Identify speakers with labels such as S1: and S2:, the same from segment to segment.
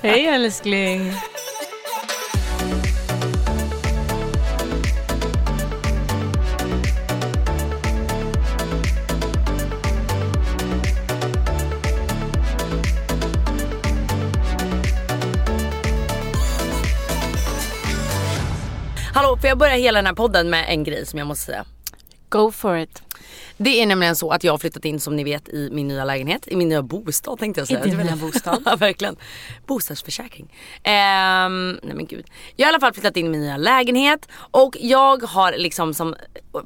S1: Hej älskling.
S2: Hallå, får jag börja hela den här podden med en grej som jag måste säga?
S1: Go for it.
S2: Det är nämligen så att jag har flyttat in som ni vet i min nya lägenhet, i min nya bostad tänkte jag säga.
S1: din
S2: Det var-
S1: nya bostad.
S2: ja verkligen. Bostadsförsäkring. Ehm, nej men gud. Jag har i alla fall flyttat in i min nya lägenhet och jag har liksom som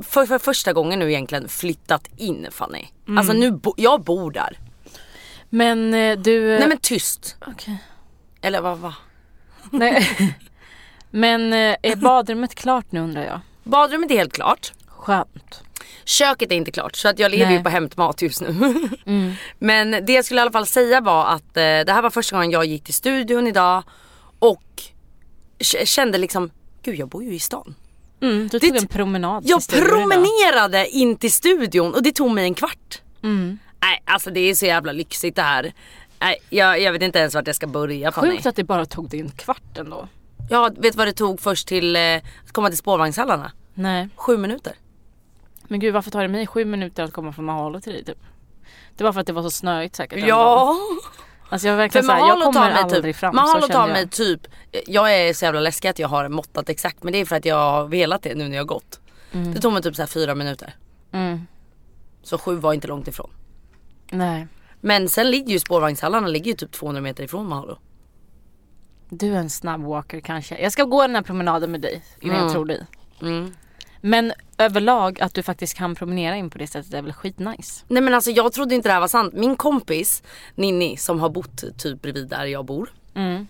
S2: för, för första gången nu egentligen flyttat in Fanny. Alltså
S1: Mm.
S2: nu, bo, jag bor där.
S1: Men eh, du...
S2: Nej men tyst.
S1: Okej.
S2: Eller vad, vad?
S1: Nej. men eh, är badrummet klart nu undrar jag?
S2: Badrummet är helt klart.
S1: Skönt.
S2: Köket är inte klart så att jag lever
S1: Nej. Mm.
S2: ju på hämtmat just nu. Men det jag skulle i alla fall säga var att eh, det här var första gången jag gick till studion idag och k- kände liksom, gud jag bor ju i stan.
S1: Mm, du
S2: Det-
S1: tog en promenad. till
S2: Jag
S1: studion idag.
S2: promenerade in till studion och det tog mig en kvart.
S1: Mm.
S2: Nej alltså det är så jävla lyxigt det här. Nej, jag, jag vet inte ens vart jag ska börja Fanny.
S1: Sjukt att det bara tog dig en kvart ändå.
S2: Jag vet vad det tog först till eh, att komma till spårvagnshallarna?
S1: Nej.
S2: Sju minuter.
S1: Men gud varför tar det mig sju minuter att komma från Mahalo till dig typ? Det var för att det var så snöigt säkert. den dagen.
S2: Ja.
S1: Alltså jag var
S2: För
S1: verkligen såhär, jag
S2: Mahalo
S1: kommer
S2: tar mig
S1: aldrig
S2: typ,
S1: fram.
S2: Mahalo
S1: så
S2: tar
S1: kände
S2: mig
S1: jag.
S2: typ, jag är så jävla läskig att jag har måttat exakt men det är för att jag har velat det nu när jag har gått. Det tog mig typ så här fyra minuter.
S1: Mm.
S2: Så sju var inte långt ifrån.
S1: Nej.
S2: Men sen ligger ju spårvagnshallarna ligger ju typ 200 meter ifrån Mahalo.
S1: Du är en snabb walker kanske. Jag ska gå den här promenaden med dig innan jag tror dig.
S2: Mm.
S1: Men överlag att du faktiskt kan promenera in på det sättet är väl skitnice.
S2: Nej men alltså jag trodde inte det här var sant. Min kompis Ninni som har bott typ bredvid där jag bor.
S1: Mm.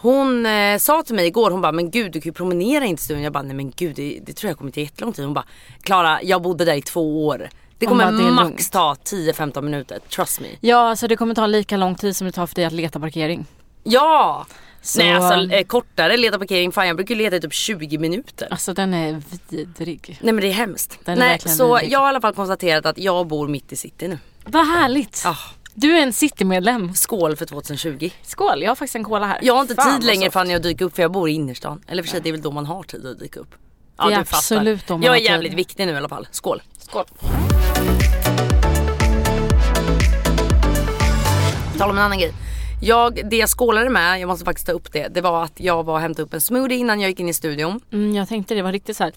S2: Hon eh, sa till mig igår, hon bara men gud du kan ju promenera in till studion. Jag bara nej men gud det, det tror jag kommer ta jättelång tid. Hon bara Klara jag bodde där i två år. Det
S1: Hon
S2: kommer
S1: bara, "Det är
S2: max
S1: lugnt."
S2: ta 10-15 minuter, trust me.
S1: Ja alltså det kommer ta lika lång tid som det tar för dig att leta parkering.
S2: Ja!
S1: Så-
S2: Nej alltså eh, kortare leta parkering, fan jag brukar ju leta i typ 20 minuter.
S1: Alltså den är vidrig.
S2: Nej men det är hemskt.
S1: Den är
S2: Nej,
S1: verkligen
S2: så
S1: vidrig.
S2: jag har i alla fall konstaterat att jag bor mitt i city nu.
S1: Vad härligt.
S2: Ah,
S1: Du är en citymedlem.
S2: skål för 2020.
S1: Skål, jag har faktiskt en cola här.
S2: Jag har inte
S1: Fan, vad
S2: tid längre
S1: soft.
S2: Fanny att dyka upp för jag bor i innerstan. Eller för sig det är väl då man har tid att dyka upp. Ja,
S1: Det är
S2: du fattar.
S1: absolut då man
S2: Jag
S1: har
S2: är jävligt
S1: tid.
S2: viktig nu i alla fall. Skål.
S1: Skål.
S2: På tal om en annan grej. Jag, det jag skålade med, jag måste faktiskt ta upp det. Det var att jag var och hämtade upp en smoothie innan jag gick in i studion.
S1: Mm, jag tänkte det var riktigt så här.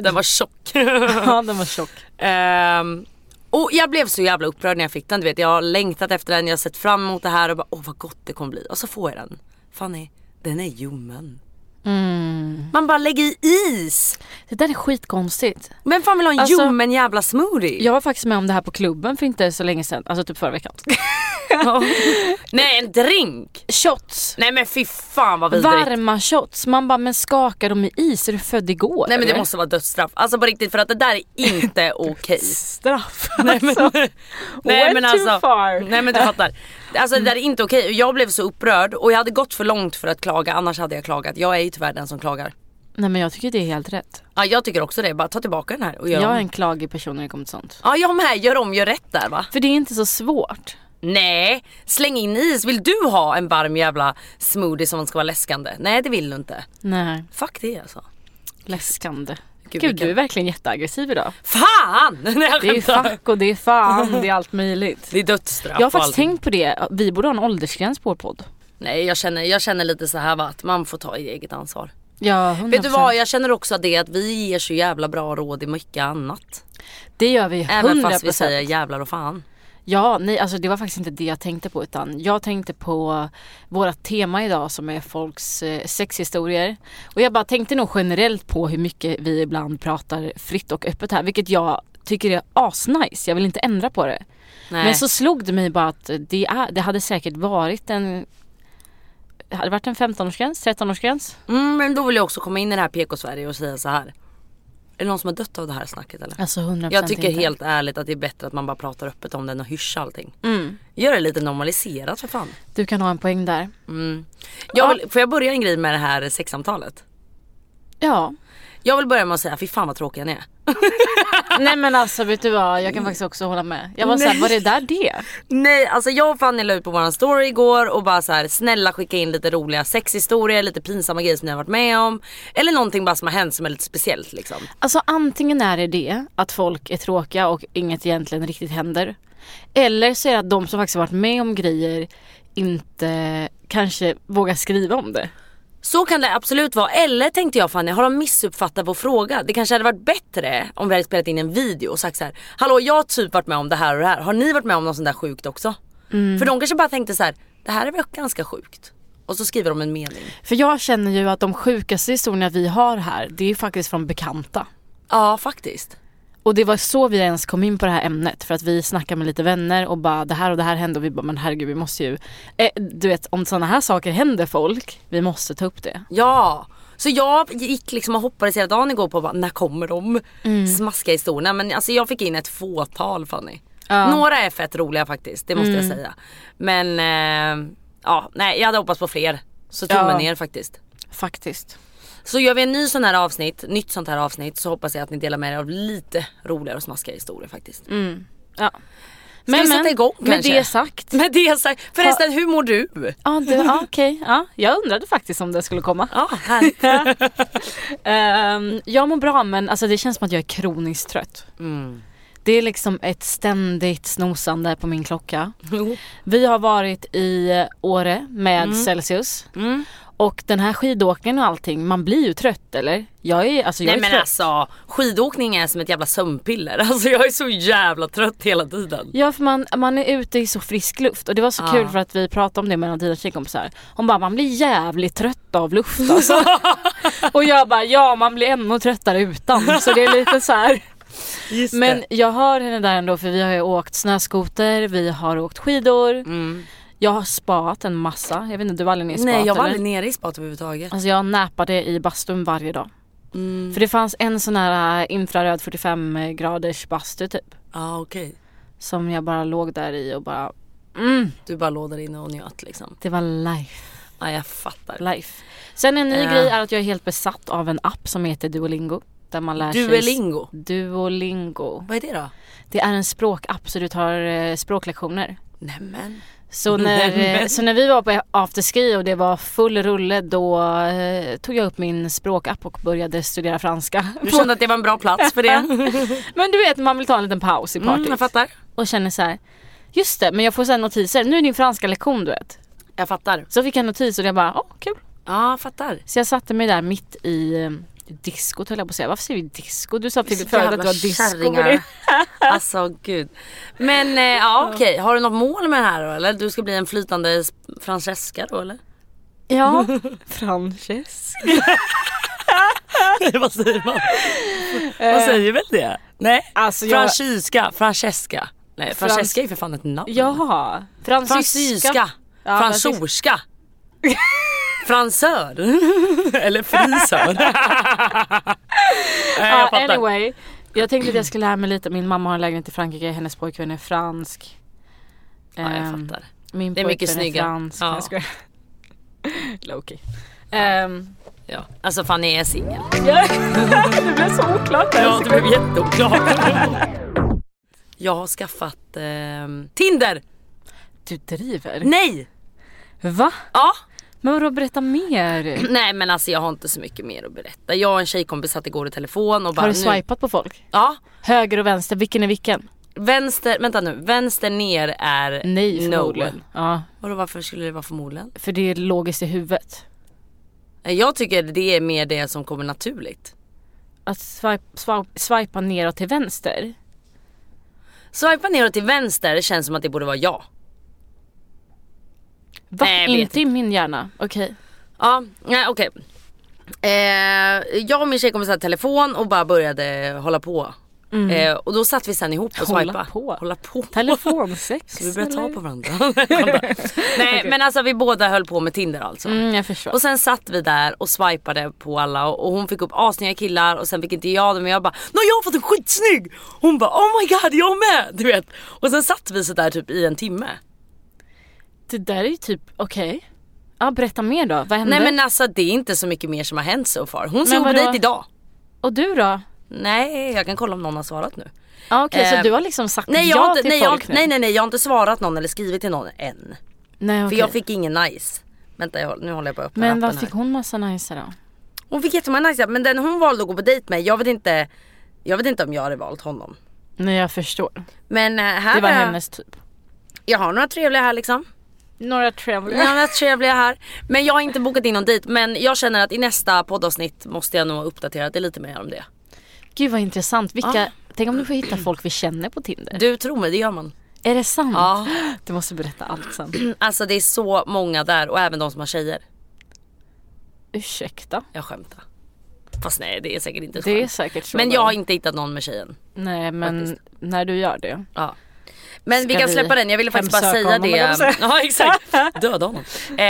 S2: Den var tjock.
S1: ja den var tjock.
S2: Ehm, och jag blev så jävla upprörd när jag fick den. Du vet, jag har längtat efter den, jag har sett fram emot det här och bara åh vad gott det kommer bli. Och så får jag den. Fanny, den är ljummen.
S1: Mm.
S2: Man bara lägger i is.
S1: Det där är skitkonstigt.
S2: Vem fan vill ha en
S1: Alltså-
S2: ljummen jävla smoothie?
S1: Jag var faktiskt med om det här på klubben för inte så länge sedan, alltså typ förra veckan.
S2: Nej en drink.
S1: Shots!
S2: Nej men fy fan vad vidrigt.
S1: Varma shots. Man bara, men skakar de i is? Är du född igår?
S2: Nej men det
S1: eller?
S2: måste vara dödsstraff. Alltså på riktigt för att det där är inte okej.
S1: Straff
S2: Nej men,
S1: alltså.
S2: nej,
S1: Went
S2: men
S1: too
S2: alltså
S1: far. Mm.
S2: Nej men du fattar. Alltså det där är inte okej. Jag blev så upprörd och jag hade gått för långt för att klaga annars hade jag klagat. Jag är ju tyvärr den som klagar.
S1: Nej men jag tycker det är helt rätt.
S2: Ja, jag tycker också det. Bara ta tillbaka den här och gör
S1: Jag är
S2: om.
S1: en klagig person när det kommer till sånt.
S2: Ja jag med. Gör om, gör rätt där va.
S1: För det är inte så svårt.
S2: Nej, släng in is. Vill du ha en varm jävla smoothie som ska vara läskande? Nej det vill du inte.
S1: Nej,
S2: Fuck det alltså.
S1: läskande. Gud,
S2: vilken-
S1: du är verkligen jätteaggressiv idag.
S2: Fan! Nej, jag
S1: Det är
S2: skämtar.
S1: fuck och det är fan, det är allt möjligt.
S2: Det är dödsstraff
S1: Jag har
S2: och
S1: faktiskt
S2: allting.
S1: tänkt på det, vi borde ha en åldersgräns på vår podd.
S2: Nej jag känner, jag känner lite så här va, att man får ta i eget ansvar.
S1: Mm, Ja, 100%.
S2: Vet du vad, jag känner också det att vi ger så jävla bra råd i mycket annat.
S1: Det gör vi 100%.
S2: Även fast vi säger jävlar och fan.
S1: Ja, nej, alltså det var faktiskt inte det jag tänkte på utan jag tänkte på våra tema idag som är folks eh, sexhistorier. Och jag bara tänkte nog generellt på hur mycket vi ibland pratar fritt och öppet här, vilket jag tycker är asnice. Jag vill inte ändra på det.
S2: Nej.
S1: Men så slog det mig bara att det, är, det hade säkert varit en det hade varit en 15-årsgräns, 13-årsgräns.
S2: Mm, men då vill jag också komma in i det här PK-Sverige och säga så här. Är det någon som har dött av det här snacket eller?
S1: Alltså 100%
S2: Jag tycker
S1: inte.
S2: helt ärligt att det är bättre att man bara pratar öppet om den och hyschar allting. Gör det lite normaliserat för fan.
S1: Du kan ha en poäng där.
S2: Jag vill, får jag börja en grej med det här sexsamtalet?
S1: Ja.
S2: Jag vill börja med att säga fy fan vad tråkiga ni är.
S1: Nej men alltså vet du vad, jag kan faktiskt också hålla med. Jag var såhär, var det där det?
S2: Nej, alltså jag och Fanny la ut på våran story igår och bara så här: snälla skicka in lite roliga sexhistorier, lite pinsamma grejer som ni har varit med om. Eller någonting bara som har hänt som är lite speciellt liksom.
S1: Alltså antingen är det det att folk är tråkiga och inget egentligen riktigt händer. Eller så är det att de som faktiskt har varit med om grejer inte kanske vågar skriva om det.
S2: Så kan det absolut vara. Eller tänkte jag Fanny, har de missuppfattat vår fråga? Det kanske hade varit bättre om vi hade spelat in en video och sagt så här: hallå jag har typ varit med om det här och det här. Har ni varit med om något sånt där sjukt också? För de kanske bara tänkte så här: det här är väl ganska sjukt. Och så skriver de en mening.
S1: För jag känner ju att de sjukaste historierna vi har här, det är faktiskt från bekanta.
S2: Ja faktiskt.
S1: Och det var så vi ens kom in på det här ämnet för att vi snackade med lite vänner och bara det här och det här hände och vi bara men herregud vi måste ju, eh, du vet om sådana här saker händer folk, vi måste ta upp det.
S2: Ja, så jag gick liksom och hoppades hela dagen igår på bara, när kommer de smaskiga historierna. Men alltså jag fick in ett fåtal Fanny. Några är fett roliga faktiskt, det måste jag säga. Men eh, ja, nej jag hade hoppats på fler. Så tummen
S1: Ja.
S2: ner faktiskt.
S1: Faktiskt.
S2: Så gör vi en ny sån här avsnitt, nytt sånt här avsnitt så hoppas jag att ni delar med er av lite roligare och smaskiga historier faktiskt.
S1: Ja.
S2: vi sätta igång
S1: med
S2: kanske?
S1: det sagt.
S2: Med det sagt, förresten hur mår du?
S1: Ja, du, ja okej. Ja, jag undrade faktiskt om det skulle komma.
S2: Ja, härligt.
S1: Ehm, jag mår bra men alltså, det känns som att jag är kroniskt trött.
S2: Mm.
S1: Det är liksom ett ständigt snosande på min klocka.
S2: Jo. Mm.
S1: Vi har varit i Åre med Celsius. Och den här skidåkningen och allting, man blir ju trött eller? Jag är, alltså, jag
S2: Nej
S1: är
S2: men
S1: trött.
S2: alltså skidåkning är som ett jävla sömnpiller. Alltså jag är så jävla trött hela tiden.
S1: Ja för man, man är ute i så frisk luft och det var så kul för att vi pratade om det med en av dina tjejkompisar. Hon bara man blir jävligt trött av luft alltså. och jag bara ja man blir ännu tröttare utan så det är lite så här. Men jag har henne där ändå för vi har ju åkt snöskoter, vi har åkt skidor. Jag har spaat en massa, jag vet inte du var aldrig nere i spat
S2: Mm. Nej jag var
S1: eller?
S2: aldrig nere i spat överhuvudtaget.
S1: Alltså jag näpade i bastun varje dag.
S2: Mm.
S1: För det fanns en sån här äh, infraröd 45 graders bastu typ.
S2: Ja Ah, okej.
S1: Som jag bara låg där i och bara
S2: Du bara låg där inne och njöt liksom.
S1: Det var life.
S2: Ja jag fattar.
S1: life. Sen en ny
S2: Ja.
S1: grej är att jag är helt besatt av en app som heter Duolingo. Där man
S2: Ah,
S1: lär sig...
S2: Duolingo.
S1: Duolingo.
S2: Vad är det då?
S1: Det är en språkapp så du tar eh, språklektioner.
S2: Nämen.
S1: Så när, eh, så när vi var på afterski och det var full rulle då eh, tog jag upp min språkapp och började studera franska.
S2: Du kände att det var en bra plats för det?
S1: Men du vet man vill ta en liten paus i partyt.
S2: Mm, jag fattar.
S1: och känner så här. Just det, men jag får sen notiser. Nu är din franska lektion du vet.
S2: Jag fattar.
S1: Så fick jag en notis och jag bara, åh kul.
S2: Ja jag fattar.
S1: Så jag satte mig där mitt i eh, diskot höll jag på att säga. Varför säger vi disco? Du sa till
S2: Så
S1: förut att
S2: jävla
S1: det var disco.
S2: kärringar.
S1: men det-
S2: Alltså gud. Men eh, ja okej, har du något mål med det här då eller? Du ska bli en flytande Francesca då eller?
S1: Ja. Frances.
S2: Nej, vad säger man? Man säger väl det? Nej,
S1: Alltså jag...
S2: Francisca, Francesca. Nej,
S1: Frans-
S2: Francesca är ju för fan ett namn.
S1: Jaha.
S2: Fransyska,
S1: Fransyska. Ja,
S2: fransorska, fransör eller frisör. Nej, jag
S1: Ja,
S2: fattar.
S1: anyway. Jag tänkte att jag skulle lära mig lite. Min mamma har en lägenhet i Frankrike. Hennes pojkvän är fransk.
S2: Ja, jag
S1: Ehm,
S2: fattar.
S1: Min
S2: Det är mycket
S1: pojkvän
S2: snygga.
S1: är fransk.
S2: Ja.
S1: Jag skojar. Low-key. Ehm,
S2: Ja. Alltså Fanny är singel.
S1: det blev så oklart där.
S2: Ja, det blev jätteoklart. Jag har skaffat ehm, Tinder.
S1: Du driver?
S2: Nej!
S1: Va?
S2: Ja.
S1: Men vadå berätta mer?
S2: Nej men alltså jag har inte så mycket mer att berätta. Jag och en tjejkompis satt igår i telefon och bara
S1: Har du
S2: nu-
S1: swipat på folk?
S2: Ja.
S1: Höger och vänster, vilken är vilken?
S2: Vänster, vänta nu, vänster ner är
S1: Nej
S2: no.
S1: förmodligen. Ja,
S2: Vadå varför skulle det vara förmodligen?
S1: för det är logiskt i huvudet.
S2: Jag tycker det är mer det som kommer naturligt.
S1: Att swipa, swipa, swipa neråt till vänster?
S2: Swipa neråt till vänster känns som att det borde vara jag.
S1: Va?
S2: Nej, jag vet
S1: inte i min hjärna? Okej.
S2: Ja, nej okej. Eh, jag och min tjejkompis hade telefon och bara började hålla på. Eh, och då satt vi sen ihop och
S1: Mm. Hålla
S2: swipa.
S1: på.
S2: Hålla på.
S1: Telefonsex?
S2: Så vi började ta
S1: eller?
S2: på varandra. nej men alltså vi båda höll på med Tinder alltså.
S1: Mm, jag förstår.
S2: Och sen satt vi där och swipade på alla och och hon fick upp assnygga killar och sen fick inte jag det men jag bara Nu har jag fått en skitsnygg! Hon bara oh my god jag med! Du vet. Och sen satt vi så där typ i en timme.
S1: Mm. det där är ju typ, okej. Ja berätta mer då, vad hände?
S2: Nej men alltså det är inte så mycket mer som har hänt så far. Hon
S1: Men
S2: såg på
S1: vadå?
S2: dejt idag.
S1: Och du då?
S2: Nej jag kan kolla om någon har svarat nu.
S1: Ja okej
S2: Eh,
S1: så du har liksom sagt
S2: Nej jag,
S1: ja
S2: har inte,
S1: till
S2: nej, jag, har
S1: folk
S2: inte-
S1: nu?
S2: nej nej nej jag har inte svarat någon eller skrivit till någon än. För
S1: nej okej.
S2: jag fick ingen nice. Vänta jag, håller- nu håller jag på att öppna
S1: Men
S2: appen
S1: vad
S2: här.
S1: fick hon massa nice då?
S2: Hon fick jättemånga nice men den hon valde att gå på dejt med jag vet inte Jag vet inte om jag hade valt honom.
S1: Nej jag förstår.
S2: Men eh, här
S1: Det var
S2: har jag-
S1: hennes typ.
S2: Jag har några trevliga här liksom.
S1: Några trevliga.
S2: Jag har några trevliga här. Men jag har inte bokat in någon dit. Men jag känner att i nästa poddavsnitt måste jag nog ha uppdaterat det lite mer om det.
S1: Gud vad intressant. Vilka, Tänk om du får hitta folk vi känner på Tinder.
S2: Du tror mig, det gör man.
S1: är det sant?
S2: Ja.
S1: Du måste berätta allt sen.
S2: Alltså det är så många där och även de som har tjejer.
S1: Ursäkta.
S2: Jag skämtar. Fast nej det är säkert inte ett
S1: Det är
S2: skämt.
S1: säkert så.
S2: Men
S1: då.
S2: jag har inte hittat någon med tjejen.
S1: Nej men när du gör det.
S2: Ja. Men vi
S1: Ska
S2: kan
S1: vi
S2: släppa den, jag ville faktiskt bara
S1: hemsöka
S2: säga
S1: honom, kan man
S2: det.
S1: säga.
S2: Ja exakt, döda honom. Eh,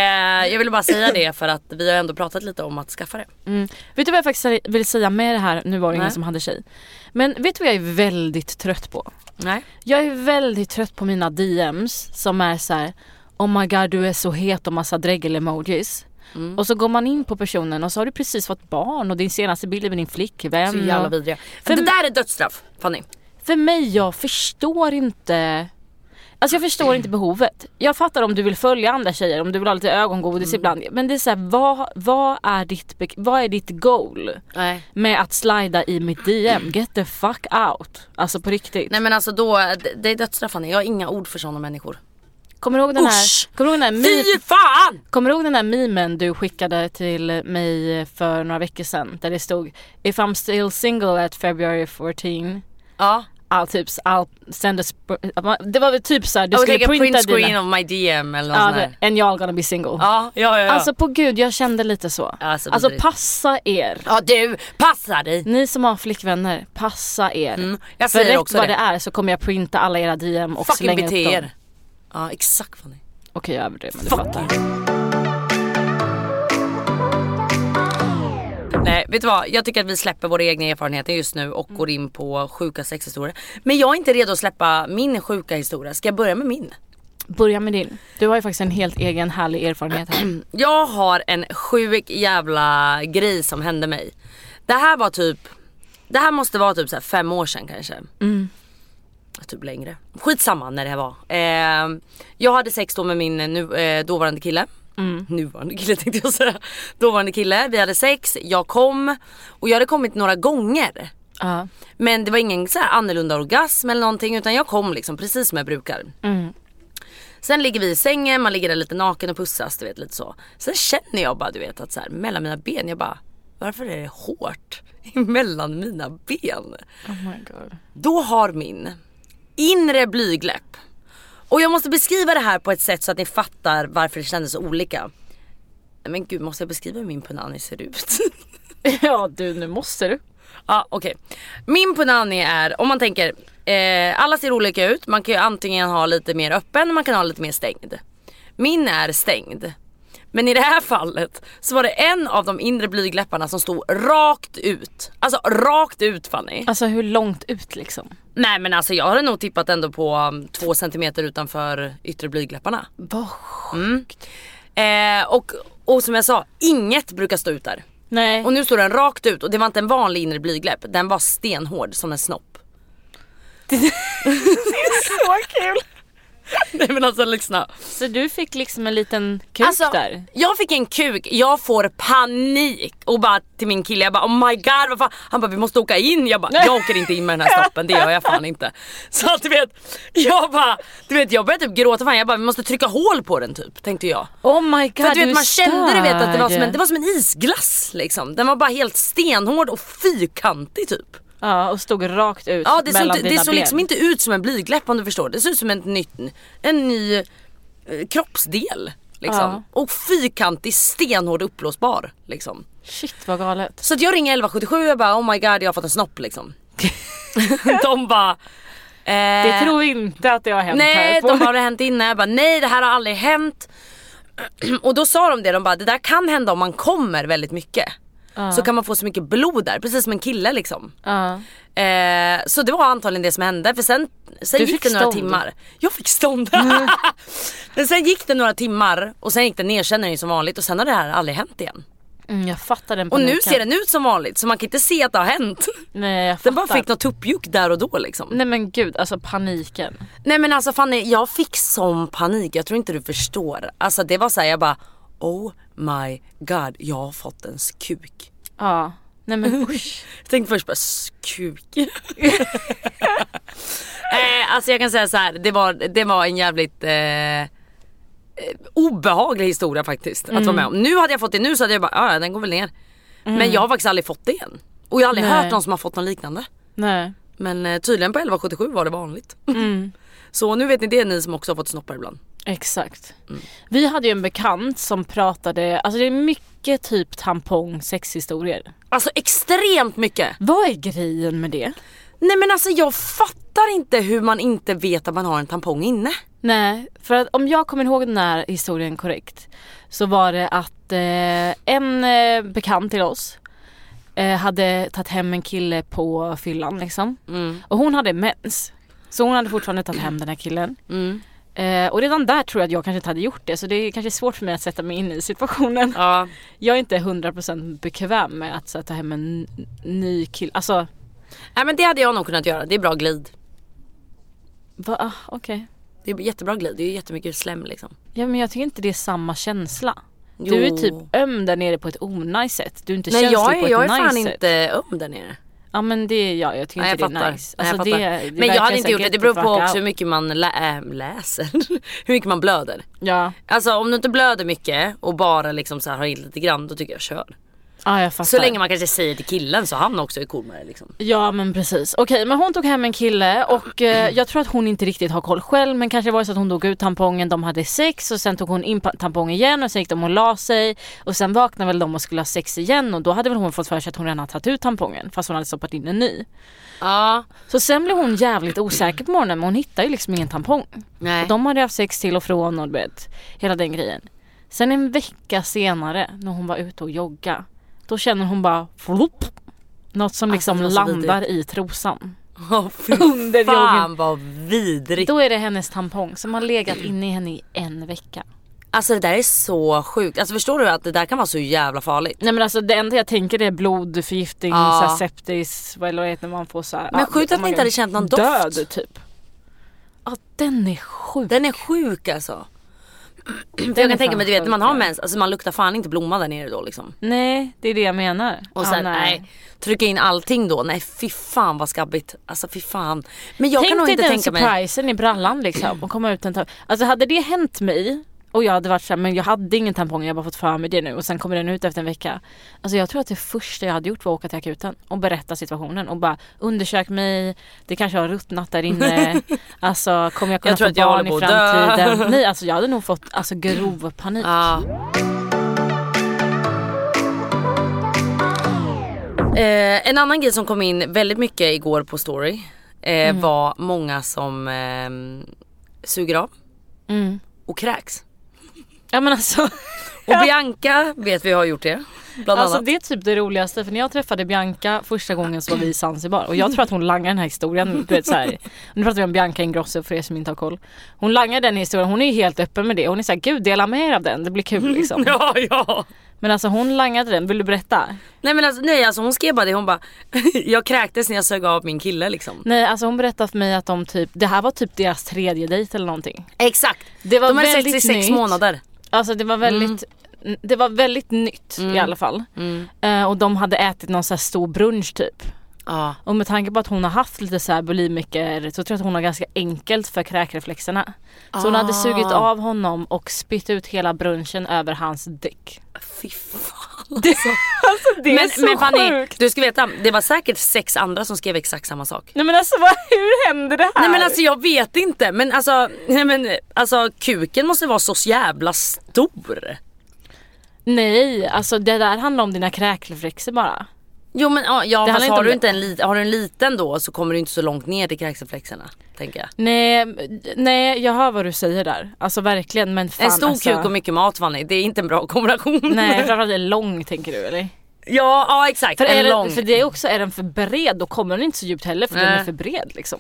S2: jag ville bara säga det för att vi har ändå pratat lite om att skaffa det.
S1: Vet du vad jag faktiskt vill säga med det här, nu var det ingen
S2: Nej.
S1: som hade tjej. Men vet du vad jag är väldigt trött på?
S2: Nej.
S1: Jag är väldigt trött på mina DMs som är så här: Oh my god du är så het och massa dregel-emojis.
S2: Mm.
S1: Och så går man in på personen och så har du precis fått barn och din senaste bild är med din flickvän.
S2: Så jävla
S1: och-
S2: vidriga.
S1: Mm, För
S2: det
S1: m-
S2: där är dödsstraff Fanny.
S1: För mig, jag förstår inte Alltså jag förstår inte behovet. Jag fattar om du vill följa andra tjejer, om du vill ha lite ögongodis ibland. Men det är såhär, vad, vad, är ditt be- vad är ditt goal
S2: Nej.
S1: med att slida i mitt DM? Get the fuck out. Alltså på riktigt.
S2: Nej men alltså då, det- det är dödsstraff Fanny. Jag har inga ord för sådana människor.
S1: Kommer du ihåg den
S2: Usch!
S1: här, kommer du ihåg den här, mi-
S2: Fy fan!
S1: kommer du ihåg den där memen du skickade till mig för några veckor sedan? Där det stod If I'm still single at February 14
S2: Ja,
S1: I'll, typ, I'll send a sp- Det var väl typ såhär, du
S2: jag
S1: skulle
S2: lägga
S1: printa
S2: print
S1: dina...
S2: screen of my DM eller något
S1: Ja,
S2: sånt där.
S1: and y'all gonna be single.
S2: Alltså, Ja, ja, ja. ja.
S1: Alltså på gud, jag kände lite så.
S2: Alltså,
S1: Alltså
S2: vidrigt.
S1: passa er.
S2: ja du, passa dig!
S1: Ni som har flickvänner, passa er.
S2: Mm, jag
S1: För
S2: säger
S1: rätt
S2: också
S1: vad
S2: det.
S1: det. är så kommer jag printa alla era DM och
S2: Fucking
S1: slänga
S2: bete
S1: upp dem.
S2: er. Ja exakt Fanny.
S1: Okej jag överdrev men du
S2: Fuck
S1: fattar.
S2: Nej vet du vad, jag tycker att vi släpper våra egna erfarenheter just nu
S1: Mm.
S2: och går in på sjuka sexhistorier. Men jag är inte redo att släppa min sjuka historia, ska jag börja med min?
S1: Börja med din. Du har ju faktiskt en helt egen härlig erfarenhet här.
S2: Jag har en sjuk jävla grej som hände mig. Det här var typ, det här måste vara typ så här fem år sedan kanske. Typ längre. Skitsamma när det här var. Eh, jag hade sex då med min nu, eh, dåvarande kille. Nuvarande kille tänkte jag säga. Dåvarande kille, vi hade sex, jag kom och jag hade kommit några gånger.
S1: Ja.
S2: Men det var ingen så här annorlunda orgasm eller någonting utan jag kom liksom precis som jag brukar. Sen ligger vi i sängen, man ligger där lite naken och pussas du vet lite så. Sen känner jag bara du vet att så här, mellan mina ben, jag bara varför är det hårt mellan mina ben?
S1: Oh my god.
S2: Då har min inre blygläpp och jag måste beskriva det här på ett sätt så att ni fattar varför det kändes så olika. Nej, Men gud måste jag beskriva hur min punani ser ut?
S1: Ja du nu måste du.
S2: Ja okej. Min punani är, om man tänker, eh, alla ser olika ut. Man kan ju antingen ha lite mer öppen, man kan ha lite mer stängd. Min är stängd. Men i det här fallet så var det en av de inre blygläpparna som stod rakt ut. Alltså rakt ut Fanny.
S1: Alltså hur långt ut liksom?
S2: Nej men alltså jag hade nog tippat ändå på um, två centimeter utanför yttre blygläpparna.
S1: Vad
S2: Eh, och, och som jag sa, inget brukar stå ut där.
S1: Nej.
S2: Och nu står den rakt ut och det var inte en vanlig inre blygläpp. Den var stenhård som en snopp.
S1: så kul.
S2: Nej men alltså lyssna.
S1: Så du fick liksom en liten kuk där?
S2: Alltså, jag fick en kuk, jag får panik och bara till min kille, jag bara oh my god vad fan. Han bara vi måste åka in, jag bara jag åker inte in med den här snoppen, det gör jag fan inte. Så att du vet, jag bara, du vet jag började typ gråta fan, jag bara vi måste trycka hål på den typ tänkte jag.
S1: Oh my god
S2: För att, du
S1: du är
S2: vet, man kände du vet, att det var, som en,
S1: störd.
S2: det var som en isglass liksom. Den var bara helt stenhård och fyrkantig typ.
S1: Ja och stod rakt ut
S2: Ja, det såg,
S1: mellan
S2: inte, det
S1: dina
S2: såg liksom
S1: ben.
S2: inte ut som en blygläpp om du förstår. Det såg ut som en, nytt, en ny eh, kroppsdel. Liksom. Och fyrkantig, stenhård, uppblåsbar. Liksom.
S1: Shit vad galet.
S2: Så att jag ringer 1177 och jag bara oh my god jag har fått en snopp liksom. de bara... Eh,
S1: Det tror inte att det har hänt
S2: Nej,
S1: här. på-
S2: de har det hänt innan. Jag bara nej det här har aldrig hänt. Och då sa de det, de bara det där kan hända om man kommer väldigt mycket. Så kan man få så mycket blod där, precis som en kille liksom.
S1: Ja.
S2: Eh, så det var antagligen det som hände för sen, sen
S1: Du
S2: gick
S1: fick
S2: det några
S1: stånd.
S2: timmar. Jag fick stånd. Men sen gick det några timmar och sen gick det nerkänning som vanligt och sen har det här aldrig hänt igen.
S1: Mm, jag fattar den
S2: Och nu
S1: paniken.
S2: ser den ut som vanligt så man kan inte se att det har hänt.
S1: Nej jag fattar.
S2: Den bara fick något tuppjuck där och då liksom.
S1: Nej men gud alltså paniken.
S2: Nej men alltså Fanny, jag fick sån panik. Jag tror inte du förstår. Alltså det var såhär, jag bara oh my god, jag har fått en kuk.
S1: Ja. Nej men usch.
S2: Jag tänkte först bara kuk. eh, alltså jag kan säga så här, det var, det var en jävligt eh, eh, obehaglig historia faktiskt att vara med om. Nu hade jag fått det nu så hade jag bara, "Ja, ja den går väl ner. Men jag har faktiskt aldrig fått det igen. Och jag har aldrig
S1: Nej.
S2: hört någon som har fått något liknande.
S1: Nej.
S2: Men eh, tydligen på 1177 var det vanligt. så nu vet ni det ni som också har fått snoppar ibland.
S1: Exakt.
S2: Mm.
S1: Vi hade ju en bekant som pratade, alltså det är mycket typ tampong sexhistorier.
S2: Alltså extremt mycket.
S1: Vad är grejen med det?
S2: Nej men alltså jag fattar inte hur man inte vet att man har en tampong inne.
S1: Nej, för att om jag kommer ihåg den här historien korrekt så var det att eh, en eh, bekant till oss eh, hade tagit hem en kille på fyllan liksom. Och hon hade mens. Så hon hade fortfarande tagit hem den här killen. Eh, och redan där tror jag att jag kanske inte hade gjort det så det är kanske svårt för mig att sätta mig in i situationen.
S2: Ja.
S1: Jag är inte 100% bekväm med att så, här, ta hem en n- ny kille. Alltså,
S2: Nej men det hade jag nog kunnat göra, det är bra glid.
S1: va? Ah, okej.
S2: Det är jättebra glid, det är jättemycket slem liksom.
S1: Ja men jag tycker inte det är samma känsla. Du är
S2: Jo.
S1: typ öm där nere på ett onajs sätt. Du är inte
S2: Nej
S1: känslig
S2: jag
S1: på
S2: är,
S1: ett
S2: jag är
S1: nice
S2: fan
S1: sätt.
S2: inte öm där nere.
S1: Ja men det är jag. Jag tycker
S2: Nej, jag
S1: inte det
S2: fattar.
S1: är nice.
S2: Nej, jag
S1: Alltså,
S2: fattar.
S1: det, det
S2: men jag
S1: verkar
S2: hade inte gjort det,
S1: säkert
S2: det beror på
S1: workout.
S2: också hur mycket man lä- äh, läser. hur mycket man blöder.
S1: Ja.
S2: Alltså om du inte blöder mycket och bara liksom så här har in lite grann då tycker jag kör.
S1: ja Ah, jag fattar.
S2: Så länge man kanske säger till killen så han också är cool med det liksom.
S1: Ja men precis. Okej men hon tog hem en kille och eh, jag tror att hon inte riktigt har koll själv men kanske var det så att hon tog ut tampongen, de hade sex och sen tog hon in pa- tampongen igen och sen gick de och la sig och sen vaknade väl de och skulle ha sex igen och då hade väl hon fått för sig att hon redan hade tagit ut tampongen fast hon hade stoppat in en ny.
S2: Ja.
S1: Så sen blev hon jävligt osäker på morgonen men hon hittade ju liksom ingen tampong.
S2: Nej.
S1: Och de hade haft sex till och från och du vet, hela den grejen. Sen en vecka senare när hon var ute och jogga då känner hon bara flopp, något som liksom
S2: det var så
S1: landar i trosan.
S2: Åh, fy
S1: Under
S2: fan
S1: joggen.
S2: vad vidrigt.
S1: Då är det hennes tampong som har legat inne i henne i en vecka.
S2: Alltså det där är så sjukt. Alltså förstår du att det där kan vara så jävla farligt.
S1: Nej men alltså det enda jag tänker är blodförgiftning,
S2: Ja.
S1: så här, septis, vad eller vad heter det, man får så här, ah,
S2: Men
S1: ja,
S2: sjukt att ni inte hade känt någon doft.
S1: Död typ. Ja den är sjuk.
S2: Den är sjuk alltså. För
S1: är
S2: jag kan tänka
S1: fan
S2: mig du vet när man har
S1: sjuk, ja.
S2: mens, alltså man luktar fan inte blomma där nere då liksom.
S1: Nej det är det jag menar.
S2: Och
S1: Ja,
S2: sen nej. trycka in allting då, nej fy fan vad skabbigt. Alltså fy fan. Men jag kan nog
S1: Tänk
S2: inte
S1: dig den
S2: tänka mig.
S1: surprisen i brallan liksom och komma ut en tampong. Alltså hade det hänt mig och jag hade varit såhär, men jag hade ingen tampong, jag har bara fått för mig det nu och sen kommer den ut efter en vecka. Alltså jag tror att det första jag hade gjort var att åka till akuten och berätta situationen och bara undersök mig, det kanske har ruttnat där inne, alltså kommer jag kunna
S2: Jag tror
S1: få
S2: att jag
S1: barn
S2: håller
S1: i
S2: på att dö.
S1: framtiden? Nej alltså jag hade nog fått alltså, grov panik.
S2: Ja. Eh, en annan grej som kom in väldigt mycket igår på story eh,
S1: Mm.
S2: var många som eh, suger av
S1: Mm.
S2: och kräks.
S1: Ja men alltså,
S2: Och Bianca vet vi har gjort det. Bland
S1: alltså
S2: annat.
S1: det är typ det roligaste för när jag träffade Bianca första gången så var vi i Zanzibar och jag tror att hon langar den här historien. Du vet, så här. Nu pratar vi om Bianca Ingrosso för er som inte har koll. Hon langar den historien, hon är ju helt öppen med det. Hon är såhär, gud dela med er av den, det blir kul liksom.
S2: Ja, ja.
S1: Men alltså hon langade den, vill du berätta?
S2: Nej men alltså, nej, alltså hon skrev bara det, hon bara jag kräktes när jag sög av min kille liksom.
S1: Nej alltså hon berättade för mig att de typ, det här var typ deras tredje dejt eller någonting.
S2: Exakt.
S1: Det var
S2: De hade
S1: väldigt
S2: sett i sex
S1: nytt.
S2: månader.
S1: Alltså det var väldigt
S2: Mm.
S1: n- Det var väldigt nytt i alla fall. Eh, och de hade ätit någon så här stor brunch typ.
S2: Ja.
S1: Och med tanke på att hon har haft lite så här bulimiker så tror jag att hon har ganska enkelt för kräkreflexerna. Så hon hade sugit
S2: Ah.
S1: av honom och spytt ut hela brunchen över hans däck. Alltså,
S2: Fy fan.
S1: Det
S2: Alltså, men, men Fanny, du ska veta, det var säkert sex andra som skrev exakt samma sak.
S1: Nej men alltså vad, hur hände det här?
S2: Nej men alltså jag vet inte men alltså, nej men alltså kuken måste vara så jävla stor.
S1: Nej, alltså det där handlar om dina kräkreflexer bara.
S2: Jo men ja, ja
S1: Det handlar
S2: fast
S1: inte
S2: har
S1: om
S2: du,
S1: det.
S2: inte en lit, har du en liten då så kommer du inte så långt ner till kräksreflexerna. Tänker jag.
S1: Nej, m- nej jag hör vad du säger där. Alltså verkligen men fan
S2: en stor
S1: alltså,
S2: kuk och mycket mat Fanny, det är inte en bra kombination.
S1: Nej, framförallt är lång tänker du eller?
S2: Ja, ja exakt,
S1: För,
S2: en
S1: är
S2: lång.
S1: Den, för det är också, är den för bred då kommer den inte så djupt heller för den är
S2: Nej.
S1: för bred liksom.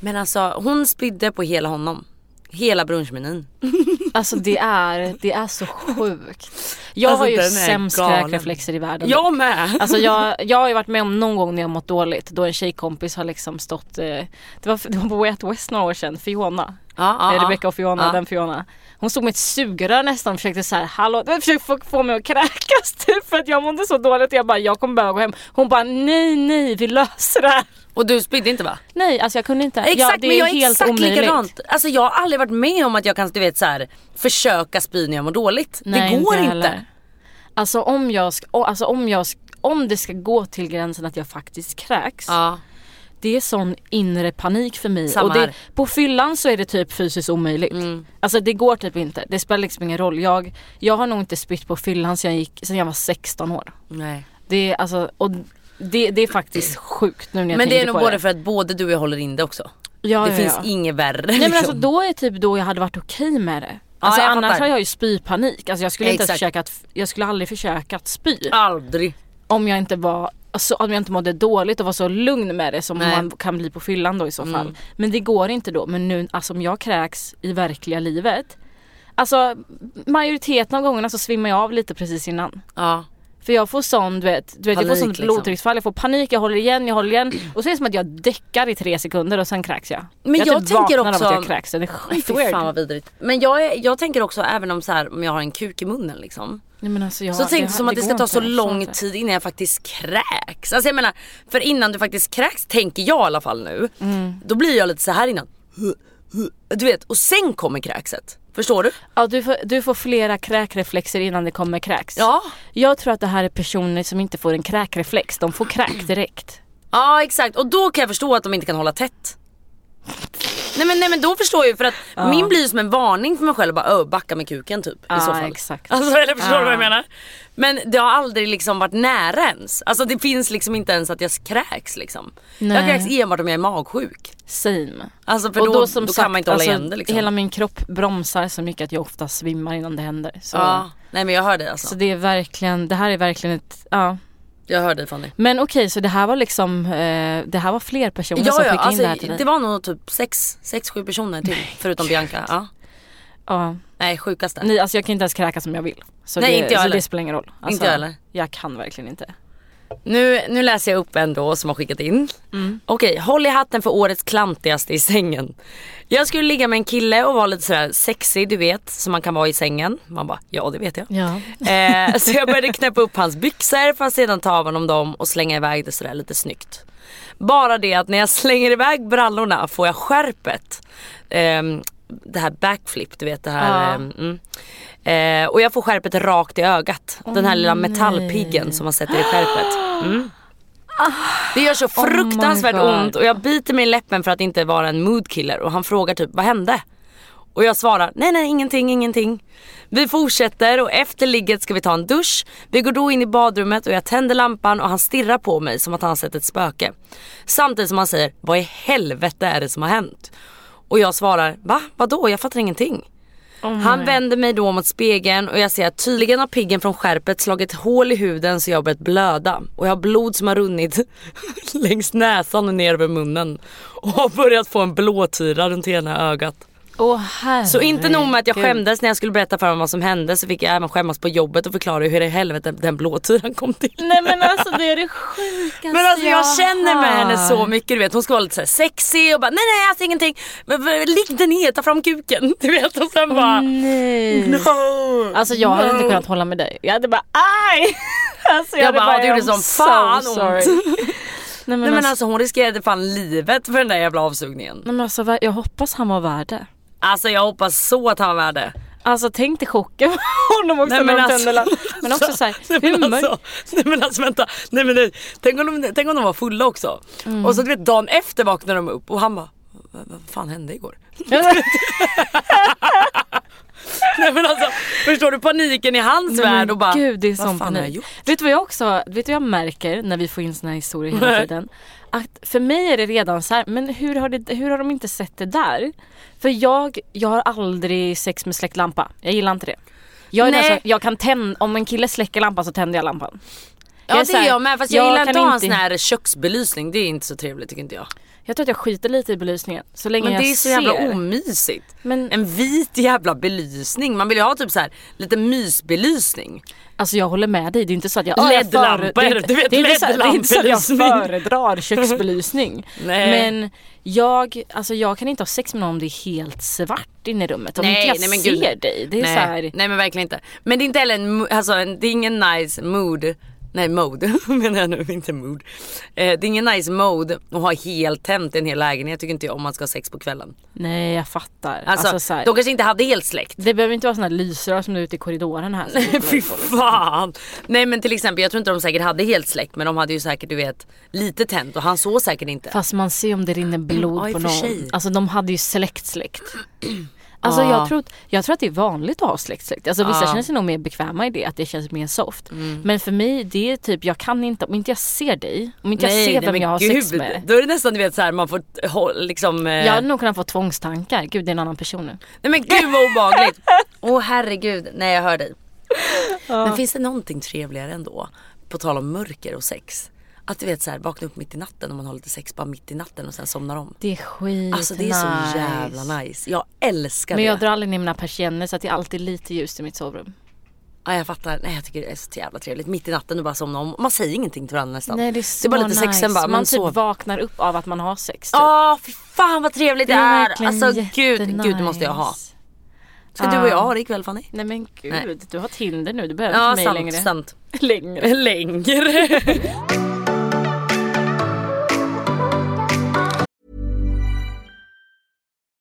S2: Men alltså hon spydde på hela honom. Hela brunchmenyn.
S1: Alltså det är, det är så sjukt. Jag
S2: Alltså,
S1: har ju
S2: den är
S1: sämst
S2: galen.
S1: kräkreflexer i världen.
S2: Jag med!
S1: Alltså jag, jag har ju varit med om någon gång när jag mått dåligt då en tjejkompis har liksom stått, eh, det, var, det var på Way Out West några år sedan, Fiona.
S2: ja, ja,
S1: Eh,
S2: ja.
S1: Rebecca och Fiona,
S2: Ja.
S1: den Fiona. Hon stod med ett sugrör nästan och försökte så här, hallå, den försökte få, få mig att kräkas typ för att jag mådde så dåligt. Jag bara, jag kommer behöva gå hem. Hon bara, nej nej vi löser det här.
S2: Och du spydde inte va?
S1: Nej alltså jag kunde inte. ja,
S2: Exakt
S1: det
S2: men jag
S1: är
S2: är
S1: helt
S2: exakt
S1: omöjligt.
S2: likadant. Alltså jag har aldrig varit med om att jag kan du vet så här, försöka spy när jag mår dåligt.
S1: Nej,
S2: det går
S1: jag
S2: inte.
S1: heller. Alltså om jag, ska, å- alltså om jag ska, om det ska gå till gränsen att jag faktiskt kräks.
S2: Ja.
S1: Det är sån inre panik för mig.
S2: Samma
S1: och det,
S2: här. Mm.
S1: på fyllan så är det typ fysiskt omöjligt. Alltså det går typ inte. Det spelar liksom ingen roll. Jag, jag har nog inte spytt på fyllan sedan jag, gick, sedan jag var 16 år.
S2: Nej.
S1: Det är, alltså, och det, det är faktiskt sjukt nu när jag
S2: Men det
S1: tänker
S2: är nog
S1: på
S2: både
S1: det.
S2: för att både du och jag håller in det också.
S1: ja,
S2: det
S1: ja,
S2: finns
S1: ja.
S2: inget värre.
S1: Nej men
S2: liksom.
S1: alltså då är typ då jag hade varit okej med det. Alltså
S2: jag
S1: annars
S2: fattar.
S1: har jag ju spypanik. Alltså jag skulle inte ens
S2: Exakt.
S1: försöka att, jag skulle aldrig försöka att spy.
S2: Aldrig.
S1: om jag inte var alltså, om jag inte mådde dåligt och var så lugn med det som
S2: Nej. Mm.
S1: man kan bli på fyllan då i så fall. Men det går inte då. Men nu, alltså om jag kräks i verkliga livet. Alltså majoriteten av gångerna så svimmar jag av lite precis innan.
S2: Ja.
S1: För jag får sån, du vet, du vet jag får
S2: Panik,
S1: sånt
S2: liksom.
S1: blodtrycksfall, jag får panik, jag håller igen, jag håller igen. Och så är det som att jag däckar i tre sekunder och sen kräks jag.
S2: Men jag
S1: typ
S2: tänker
S1: vaknar
S2: också-
S1: av att jag kräks, det är
S2: Fy fan
S1: skitweird.
S2: vad vidrigt. Men jag, är, jag tänker också även om, så här, om jag har en kuk i munnen liksom.
S1: Nej, men alltså, jag-
S2: så tänker jag som att det ska
S1: går
S2: ta så
S1: inte, jag förstår
S2: lång
S1: inte.
S2: tid innan jag faktiskt kräks. Alltså jag menar, för innan du faktiskt kräks tänker jag i alla fall nu.
S1: Mm.
S2: Då blir jag lite så här innan. Du vet, och sen kommer kräkset. Förstår du?
S1: Ja, du, får, du får flera kräkreflexer innan det kommer kräks.
S2: Ja.
S1: Jag tror att det här är personer som inte får en kräkreflex, de får
S2: Mm.
S1: kräk direkt.
S2: Ja exakt och då kan jag förstå att de inte kan hålla tätt. Nej men, nej, men då förstår jag ju för att min blir ju som en varning för mig själv bara "Ö, backa med kuken typ
S1: Ja,
S2: i så fall.
S1: exakt.
S2: Alltså eller förstår du vad jag menar? Men det har aldrig liksom varit nära ens. Alltså det finns liksom inte ens att jag kräks liksom. Jag
S1: Nej.
S2: kräks enbart om jag är magsjuk.
S1: Same.
S2: Alltså för
S1: Och
S2: då, då, kan man inte hålla
S1: alltså,
S2: igen det liksom.
S1: hela min kropp bromsar så mycket att jag ofta svimmar innan det händer. Så,
S2: Ja, nej men jag hör dig alltså.
S1: så det är verkligen, det här är verkligen ett, ja.
S2: Jag hör dig Fanny.
S1: Men okej, så det här var liksom, eh, det här var fler personer som
S2: Ja, ja
S1: skickade in
S2: alltså,
S1: det här till dig?
S2: det var nog typ 6-7 personer till förutom Bianca. Ja.
S1: Ja.
S2: Nej sjukaste.
S1: Nej, alltså jag kan inte ens kräkas som jag vill. Så
S2: Nej,
S1: det,
S2: inte jag
S1: så
S2: heller.
S1: det spelar ingen roll. Alltså,
S2: jag heller.
S1: Jag kan verkligen inte.
S2: Nu, nu läser jag upp en då som har skickat in. Okej, håll i hatten för årets klantigaste i sängen. Jag skulle ligga med en kille och vara lite sådär sexig du vet, som man kan vara i sängen. Man bara, ja det vet jag.
S1: Ja.
S2: Eh, så jag började knäppa upp hans byxor för att sedan ta av honom dem och slänga iväg det sådär lite snyggt. Bara det att när jag slänger iväg brallorna får jag skärpet. Ehm, det här backflip, du vet det här.
S1: Ja.
S2: ehm, mm. Eh, och jag får skärpet rakt i ögat. Den här lilla metallpiggen som man sätter i skärpet. Mm. Det gör så
S1: Ah. Oh my
S2: fruktansvärt
S1: God.
S2: ont och jag biter mig i läppen för att inte vara en mood killer och han frågar typ vad hände? Och jag svarar nej nej ingenting, ingenting. Vi fortsätter och efter ligget ska vi ta en dusch. Vi går då in i badrummet och jag tänder lampan och han stirrar på mig som att han har sett ett spöke. Samtidigt som han säger vad i helvete är det som har hänt? Och jag svarar va? Vadå? Jag fattar ingenting. Han vänder mig då mot spegeln och jag ser att tydligen har piggen från skärpet slagit hål i huden så jag har börjat blöda. Och jag har blod som har runnit längs näsan och ner över munnen. Och har börjat få en blåtira runt ena ögat.
S1: Åh herregud.
S2: Så inte nog med att jag skämdes när jag skulle berätta för honom vad som hände så fick jag även skämmas på jobbet och förklara hur i helvete den blåtyran kom till.
S1: Nej men alltså det är det sjukaste
S2: Men alltså jag känner med henne
S1: hört.
S2: så mycket du vet. Hon ska vara lite så här sexig och bara nej nej alltså ingenting. V- v- Ligg dig ner, ta fram kuken. Du vet och sen bara
S1: Nej.
S2: no.
S1: Alltså jag hade inte kunnat hålla med dig. Jag hade bara aj! Alltså,
S2: Jag
S1: hade
S2: bara, det gjorde
S1: "I'm
S2: som fan ont."
S1: sorry. Nej men,
S2: Nej men
S1: alltså,
S2: alltså hon riskerade fan livet för den där jävla avsugningen.
S1: nej, men alltså vad- jag hoppas han var värd det.
S2: Alltså jag hoppas så att han var värd det.
S1: Alltså tänk dig chocken för honom också
S2: Nej,
S1: när
S2: men,
S1: de
S2: alltså,
S1: tände lampan. Men också såhär,
S2: nej,
S1: hur
S2: men
S1: mörkt?
S2: alltså, nej men alltså vänta, nej men nej. Tänk, om de, tänk om de var fulla också.
S1: Mm.
S2: Och så du vet dagen efter vaknar de upp och han bara, vad vad fan hände igår? nej men alltså förstår du paniken i hans
S1: Nej, men
S2: värld och bara,
S1: Gud, det är
S2: vad
S1: sån
S2: fan har jag
S1: panik.
S2: gjort?
S1: Vet du vad jag också, vet du vad jag märker när vi får in såna här historier hela tiden? Att för mig är det redan så här, men hur har, det, hur har de inte sett det där? För jag, jag har aldrig sex med släckt lampa. Jag gillar inte det. Jag, är den
S2: Nej.
S1: som- jag kan tända, om en kille släcker lampan så tänder jag lampan.
S2: Ja
S1: är
S2: det
S1: så här,
S2: är jag med fast jag,
S1: jag
S2: gillar inte
S1: kan
S2: att ha en
S1: inte-
S2: sån här köksbelysning, det är inte så trevligt tycker inte jag.
S1: Jag tror att jag skiter lite i belysningen. Så länge
S2: Men
S1: jag
S2: det är så
S1: ser.
S2: jävla omysigt.
S1: Men-
S2: En vit jävla belysning, man vill ju ha typ så här lite mysbelysning.
S1: Alltså jag håller med dig, det är inte så att jag... "Ah, jag
S2: LED-lampor,
S1: före-" det är inte-
S2: du vet,
S1: det är inte så- Det är inte så att jag
S2: LED-lampbelysning.
S1: föredrar köksbelysning.
S2: Nej.
S1: Men jag, alltså jag kan inte ha sex med någon om det är helt svart inne i rummet. Om inte jag ser dig. Det är
S2: nej,
S1: så här,
S2: nej men verkligen inte. Men det är inte heller en, mo- alltså, en, det är ingen nice mood. Nej mode menar jag nu, inte mood. Eh, det är ingen nice mode att ha helt tänt i en hel lägenhet tycker inte jag om man ska ha sex på kvällen.
S1: nej jag fattar.
S2: Alltså,
S1: Alltså, så här,
S2: de kanske inte hade helt släckt.
S1: Det behöver inte vara sådana lysrör som du är ute i korridoren här. Liksom.
S2: Nej fy fan. Nej men till exempel jag tror inte de säkert hade helt släckt men de hade ju säkert du vet lite tänt och han såg säkert inte.
S1: Fast man ser om det rinner blod
S2: ja, i
S1: på
S2: och för sig.
S1: någon. Alltså de hade ju släkt släkt. Alltså jag, tror, jag tror att det är vanligt att ha släkt släkt. Alltså vissa känner sig nog mer bekväma i det, att det känns mer soft. Men för mig, det är typ, jag kan inte, om inte jag ser dig, om inte jag ser vem
S2: men
S1: jag har sex
S2: gud.
S1: med.
S2: Då är det nästan du vet såhär man får t- hå- liksom eh,
S1: Jag hade nog kunnat få tvångstankar, gud det är en annan person nu.
S2: Nej men gud vad obehagligt. Åh herregud, nej jag hör dig. Men finns det någonting trevligare ändå? På tal om mörker och sex. Att du vet såhär vakna upp mitt i natten och man har lite sex bara mitt i natten och sen somnar om.
S1: Det är skit
S2: Alltså det är så jävla nice. Jag älskar
S1: Men
S2: det.
S1: jag drar aldrig ner mina persienner så att det är alltid lite ljus i mitt sovrum.
S2: Ja, jag fattar. Nej jag tycker det är så jävla trevligt. Mitt i natten och bara somna om. Man säger ingenting till varandra nästan.
S1: Nej det är så
S2: bara lite
S1: nice.
S2: sex sen bara,
S1: man
S2: man
S1: typ
S2: sov.
S1: vaknar upp av att man har sex. Typ.
S2: Ja, fy fan vad trevligt det
S1: Det är
S2: är.
S1: verkligen
S2: Alltså gud, gud det måste jag ha.
S1: jättenice.
S2: Ska du och jag ha det ikväll Fanny?
S1: Nej men gud,
S2: Nej.
S1: du har Tinder nu, du behöver
S2: Ja,
S1: inte mig
S2: sant,
S1: längre.
S2: sant.
S1: Längre.
S2: Längre.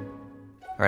S3: All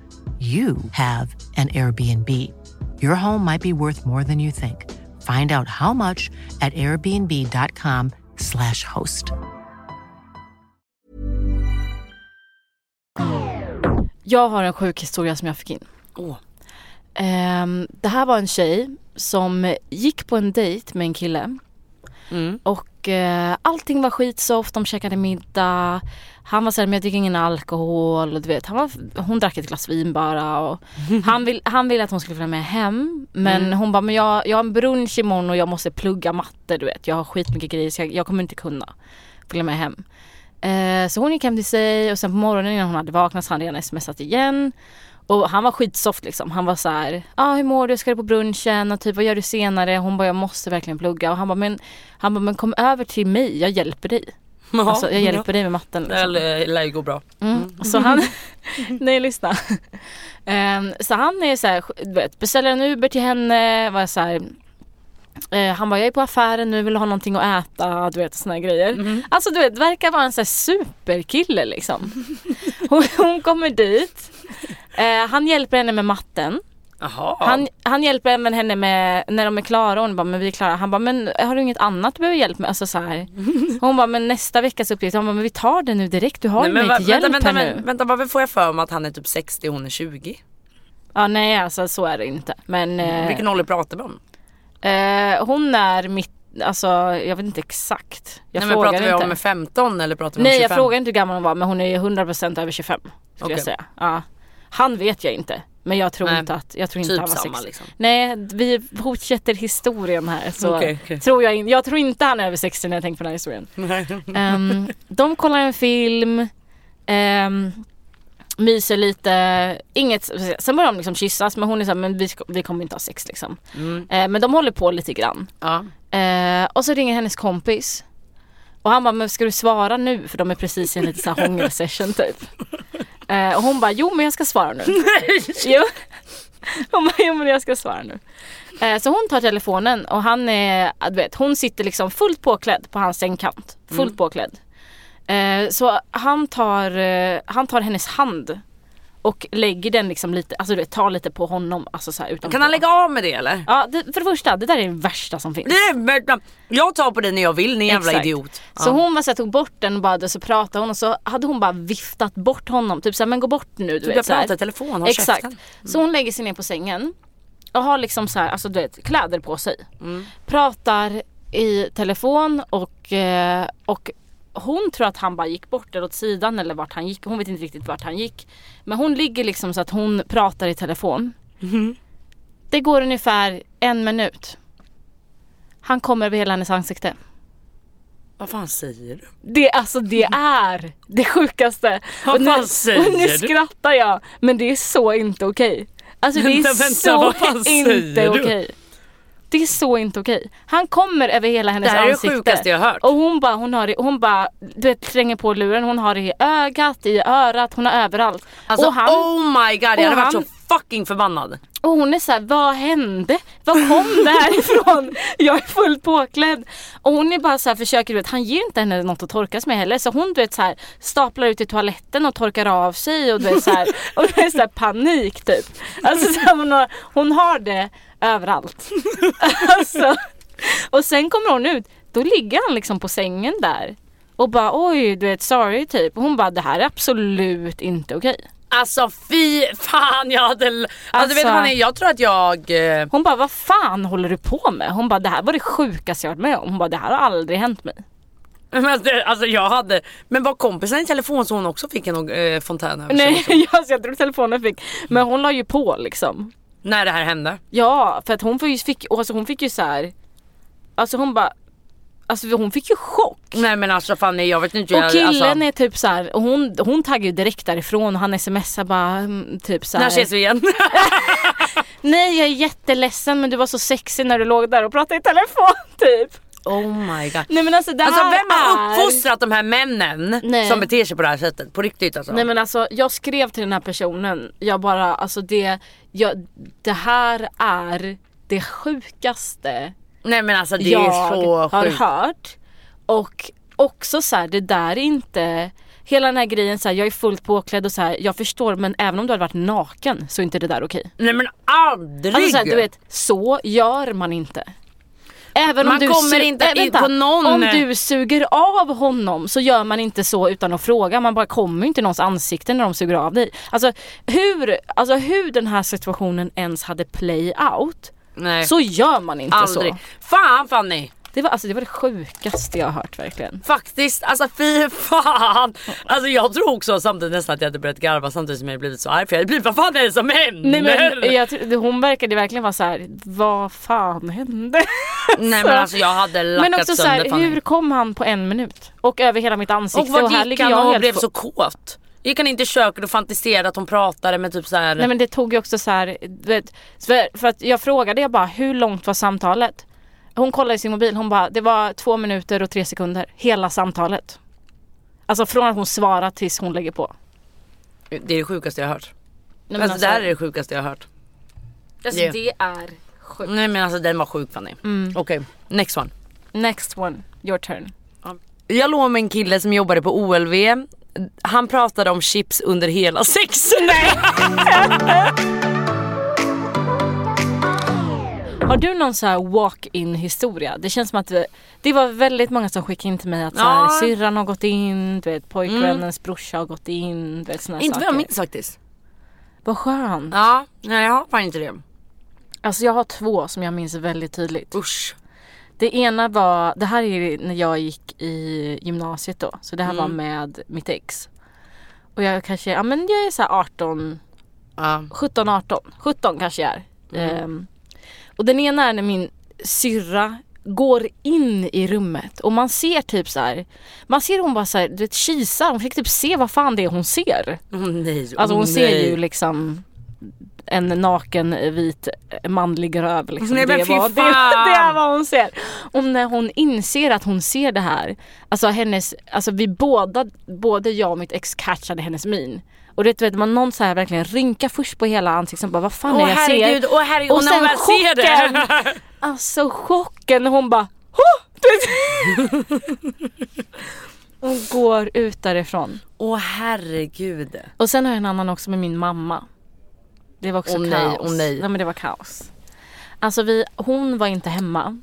S4: you have an Airbnb. Your home might be worth more than you think. Find out how much at airbnb.com/slash host.
S1: Jag har en sjuk historia som jag fick in.
S5: Åh.
S1: Ehm, det här var en tjej som gick på en dejt med en kille.
S5: Mm.
S1: Och eh, allting var skitsoft, de käkade middag. Han var såhär, men jag dricker ingen alkohol. Och du vet, han var, hon drack ett glas vin bara. Och han, vill, han ville att hon skulle följa med hem. Men hon bara, men jag, jag har en brunch imorgon och jag måste plugga matte du vet. Jag har skitmycket grejer så jag, jag kommer inte kunna följa med hem. Eh, så hon gick hem till sig och sen på morgonen innan hon hade vaknat så hade han redan smsat igen. Och han var skitsoft liksom. Han var så här, ja ah, hur mår du, ska du på brunchen och typ vad gör du senare? Hon bara jag måste verkligen plugga och han bara men, han bara, men kom över till mig, jag hjälper dig.
S5: Ja,
S1: alltså jag hjälper dig med matten.
S5: Det här lär lär ju gå bra.
S1: Mm. Så han, nej lyssna. Ehm, så han är så här, du vet, beställer en Uber till henne, var så här, eh, han bara jag är på affären nu, vill du ha någonting att äta, du vet såna här grejer.
S5: Mhm.
S1: Alltså du vet, verkar vara en så här superkille liksom. Hon, hon kommer dit, Eh, han hjälper henne med matten.
S5: Jaha.
S1: Han, han hjälper även henne med, när de är klara och hon bara men vi är klara. Han bara men har du inget annat du behöver hjälp med? Alltså så här. Hon bara men nästa veckas uppgift. Han bara men vi tar det nu direkt. Du har
S5: Nej,
S1: ju
S5: men,
S1: mig
S5: va,
S1: till hjälp
S5: vänta, vänta,
S1: här nu.
S5: vänta, vänta, varför får jag för mig att han är typ 60 och hon är 20?
S1: Ja nej alltså så är det inte. Men eh,
S5: Mm. Vilken ålder pratar vi om?
S1: eh, hon är mitt, alltså jag vet inte exakt. Jag
S5: Nej, men
S1: frågar
S5: pratar vi
S1: inte.
S5: om 15 eller pratar vi om
S1: nej
S5: 25?
S1: jag frågar inte hur gammal hon var men hon är ju 100% över 25. Skulle
S5: Okej.
S1: jag säga. Ja. Han vet jag inte. Men jag tror
S5: Nej,
S1: inte att, jag tror inte
S5: Typ
S1: han var
S5: samma
S1: 60.
S5: liksom.
S1: Nej, vi fortsätter historien här. Så
S5: Okej, okej.
S1: tror jag, in, jag tror inte han är över 60 när jag tänker på den här historien. Ehm, de kollar en film, ehm, myser lite, inget, sen börjar de liksom kyssas men hon är såhär, men vi, ska- vi kommer inte ha sex liksom.
S5: Mm.
S1: Ehm, men de håller på lite grann.
S5: Ja.
S1: Ehm, och så ringer hennes kompis. Och han bara, men ska du svara nu? För de är precis i en liten så här hångelsession typ. Ehm, och hon bara, jo men jag ska svara nu. Jo. Hon bara, jo men jag ska svara nu. Eh, så hon tar telefonen och han är, ja, du vet, hon sitter liksom fullt påklädd på hans sängkant. Fullt
S5: Mm.
S1: påklädd. Eh, så han tar, eh, han tar hennes hand och lägger den liksom lite, alltså du vet, tar lite på honom. Alltså så här, utanpå.
S5: Kan han lägga av med det eller?
S1: Ja, det, för det första, det där är det värsta som finns.
S5: Nej, men- Jag tar på dig när jag vill ni jävla
S1: Exakt.
S5: idiot.
S1: Så hon var så här, tog bort den och bara, så pratade hon och så hade hon bara viftat bort honom. Typ såhär, men gå bort nu. Du
S5: Typ,
S1: vet,
S5: jag
S1: så här.
S5: pratar i telefon, håll
S1: Exakt.
S5: käften. Mm.
S1: Så hon lägger sig ner på sängen och har liksom så här, alltså du vet, kläder på sig.
S5: Mm.
S1: Pratar i telefon och, eh, och hon tror att han bara gick bort eller åt sidan eller vart han gick. Hon vet inte riktigt vart han gick. Men hon ligger liksom så att hon pratar i telefon.
S5: Mm-hmm.
S1: Det går ungefär en minut. Han kommer över hela hennes ansikte.
S5: Vad fan säger du?
S1: Det, alltså det är det sjukaste.
S5: Vad
S1: Och nu,
S5: fan säger
S1: och nu
S5: du?
S1: skrattar jag men det är så inte okej. Alltså det är
S5: Vänta, vänta, vad fan
S1: så inte
S5: säger du?
S1: okej. Det är så inte okej. Han kommer över hela hennes
S5: Det här är det
S1: ansikte.
S5: sjukaste jag hört.
S1: Och hon bara, hon har det, hon bara, du vet tränger på luren. Hon har det i ögat, i örat, hon har överallt.
S5: Alltså
S1: och, han,
S5: oh my god jag hade
S1: och
S5: varit
S1: han-
S5: så fucking förbannad.
S1: och hon är så här, vad hände? Var kom det här ifrån? Jag är fullt påklädd. Och hon är bara så här, försöker, du vet, han ger inte henne något att torkas med heller. Så hon du vet så här, staplar ut i toaletten och torkar av sig och du vet så här, och det är så här panik typ. Alltså så här, hon, har, hon har det överallt. Alltså. Och sen kommer hon ut, då ligger han liksom på sängen där. Och bara oj, du vet sorry typ. Och hon bara det här är absolut inte okej.
S2: Alltså fy fan jag hade... Alltså, alltså vet du vad, nej, jag tror att jag... eh,
S1: Hon bara, vad fan håller du på med? Hon bara, det här var det sjukaste jag varit med om. Hon bara, det här har aldrig hänt mig.
S2: Men Alltså, alltså jag hade, men var kompisen i telefon så hon också fick en eh, fontän över sig
S1: Nej,
S2: liksom?
S1: jag, jag tror telefonen fick. Men hon la ju på liksom.
S2: När det här hände?
S1: Ja, för att hon fick, fick, alltså hon fick ju så här. Alltså hon bara, alltså hon fick ju chock.
S2: Nej men alltså Fanny jag vet inte hur
S1: Och killen
S2: jag, alltså,
S1: är typ så här, och hon, hon taggar ju direkt därifrån och han smsar bara mm, typ så här.
S2: När ses vi igen?
S1: Nej jag är jätteledsen men du var så sexig när du låg där och pratade i telefon typ.
S2: oh my god.
S1: Nej men alltså det
S2: Alltså
S1: här
S2: vem har
S1: är...
S2: uppfostrat de här männen
S1: Nej.
S2: som beter sig på det här sättet? På riktigt alltså.
S1: Nej men alltså jag skrev till den här personen, jag bara alltså det, jag, det här är det sjukaste
S2: Nej, men alltså det
S1: jag
S2: är så
S1: har
S2: sjukt.
S1: hört. Och också så här, det där är inte, hela den här grejen så här, jag är fullt påklädd och så här, jag förstår men även om du hade varit naken så är inte det där okej.
S2: Nej men aldrig!
S1: Alltså så här, du vet, så gör man inte. Även
S2: Man
S1: om du
S2: kommer inte
S1: Nej,
S2: in på någon- eh,
S1: Om du suger av honom så gör man inte så utan att fråga. Man bara kommer ju inte i någons ansikte när de suger av dig. Alltså hur, alltså hur den här situationen ens hade play out
S2: Nej.
S1: så gör man inte
S2: aldrig.
S1: så.
S2: Fan Fanny!
S1: Det var, alltså, det var det sjukaste jag har hört verkligen.
S2: Faktiskt, alltså fy fan! Alltså jag tror också samtidigt nästan att jag hade börjat garva samtidigt som jag hade blivit så arg för jag hade blivit vad fan är det som händer?
S1: Nej, men, jag, tror- hon verkade verkligen vara så här. vad fan hände?
S2: Nej men alltså jag hade lackat
S1: Men också så
S2: sönder
S1: här,
S2: fan.
S1: hur kom han på en minut? Och över hela mitt ansikte
S2: Och
S1: och,
S2: vart
S1: här
S2: gick
S1: ligger
S2: han
S1: jag
S2: och
S1: helt
S2: blev
S1: full.
S2: så kåt? Gick han inte i köket och fantiserade att hon pratade med typ så här.
S1: Nej men det tog ju också så här, du vet, för, för att jag frågade jag bara hur långt var samtalet? Hon kollade i sin mobil, hon bara det var två minuter och tre sekunder, hela samtalet. Alltså från att hon svarar tills hon lägger på.
S2: Det är det sjukaste jag har hört.
S1: Nej, men
S2: alltså,
S1: alltså-
S2: det här är det sjukaste jag har hört.
S1: Alltså
S2: det-
S1: det är sjukt. Mm.
S2: Nej men alltså den var sjuk Fanny. Okej, next one.
S1: Next one, your turn.
S2: Jag låg med en kille som jobbade på OLV. Han pratade om chips under hela sex. Nej.
S1: Har du någon så här walk-in historia? Det känns som att det, det var väldigt många som skickade in till mig att så här,
S2: Ja. Mm.
S1: syrran har gått in, du vet pojkvännens brorsa har gått in, du vet såna här
S2: Inte vad jag
S1: saker.
S2: minns faktiskt.
S1: Vad skönt.
S2: Ja, nej jag har fan inte det.
S1: Alltså jag har två som jag minns väldigt tydligt.
S2: Usch.
S1: Det ena var, det här är när jag gick i gymnasiet då, så det här
S2: Mm.
S1: var med mitt ex. Och jag kanske, ja men jag är så här 18,
S2: Ja. Mm.
S1: 17, 18, 17 kanske jag är. Ehm, och den ena är när min syrra går in i rummet och man ser typ så här, man ser hon bara så här, du vet kisar, hon fick typ se vad fan det är hon ser.
S2: Åh nej,
S1: Alltså hon
S2: åh,
S1: ser
S2: nej.
S1: ju liksom en naken vit manlig röv. Liksom.
S2: Nej, men
S1: det,
S2: fy
S1: var, det,
S2: fan!
S1: det är vad hon ser. Och när hon inser att hon ser det här, alltså hennes, alltså vi båda, både jag och mitt ex catchade hennes min. Och det vet man någon så här verkligen rynka först på hela ansiktet, bara vad fan
S2: Åh
S1: är jag
S2: herregud,
S1: ser?
S2: åh herregud, och när hon väl ser det.
S1: alltså chocken när hon bara "Hå!" Du vet. Hon går ut därifrån.
S2: Åh herregud.
S1: Och sen har jag en annan också med min mamma. Det var också
S2: Åh, nej,
S1: kaos.
S2: åh, nej.
S1: men det var kaos. Alltså vi, hon var inte hemma.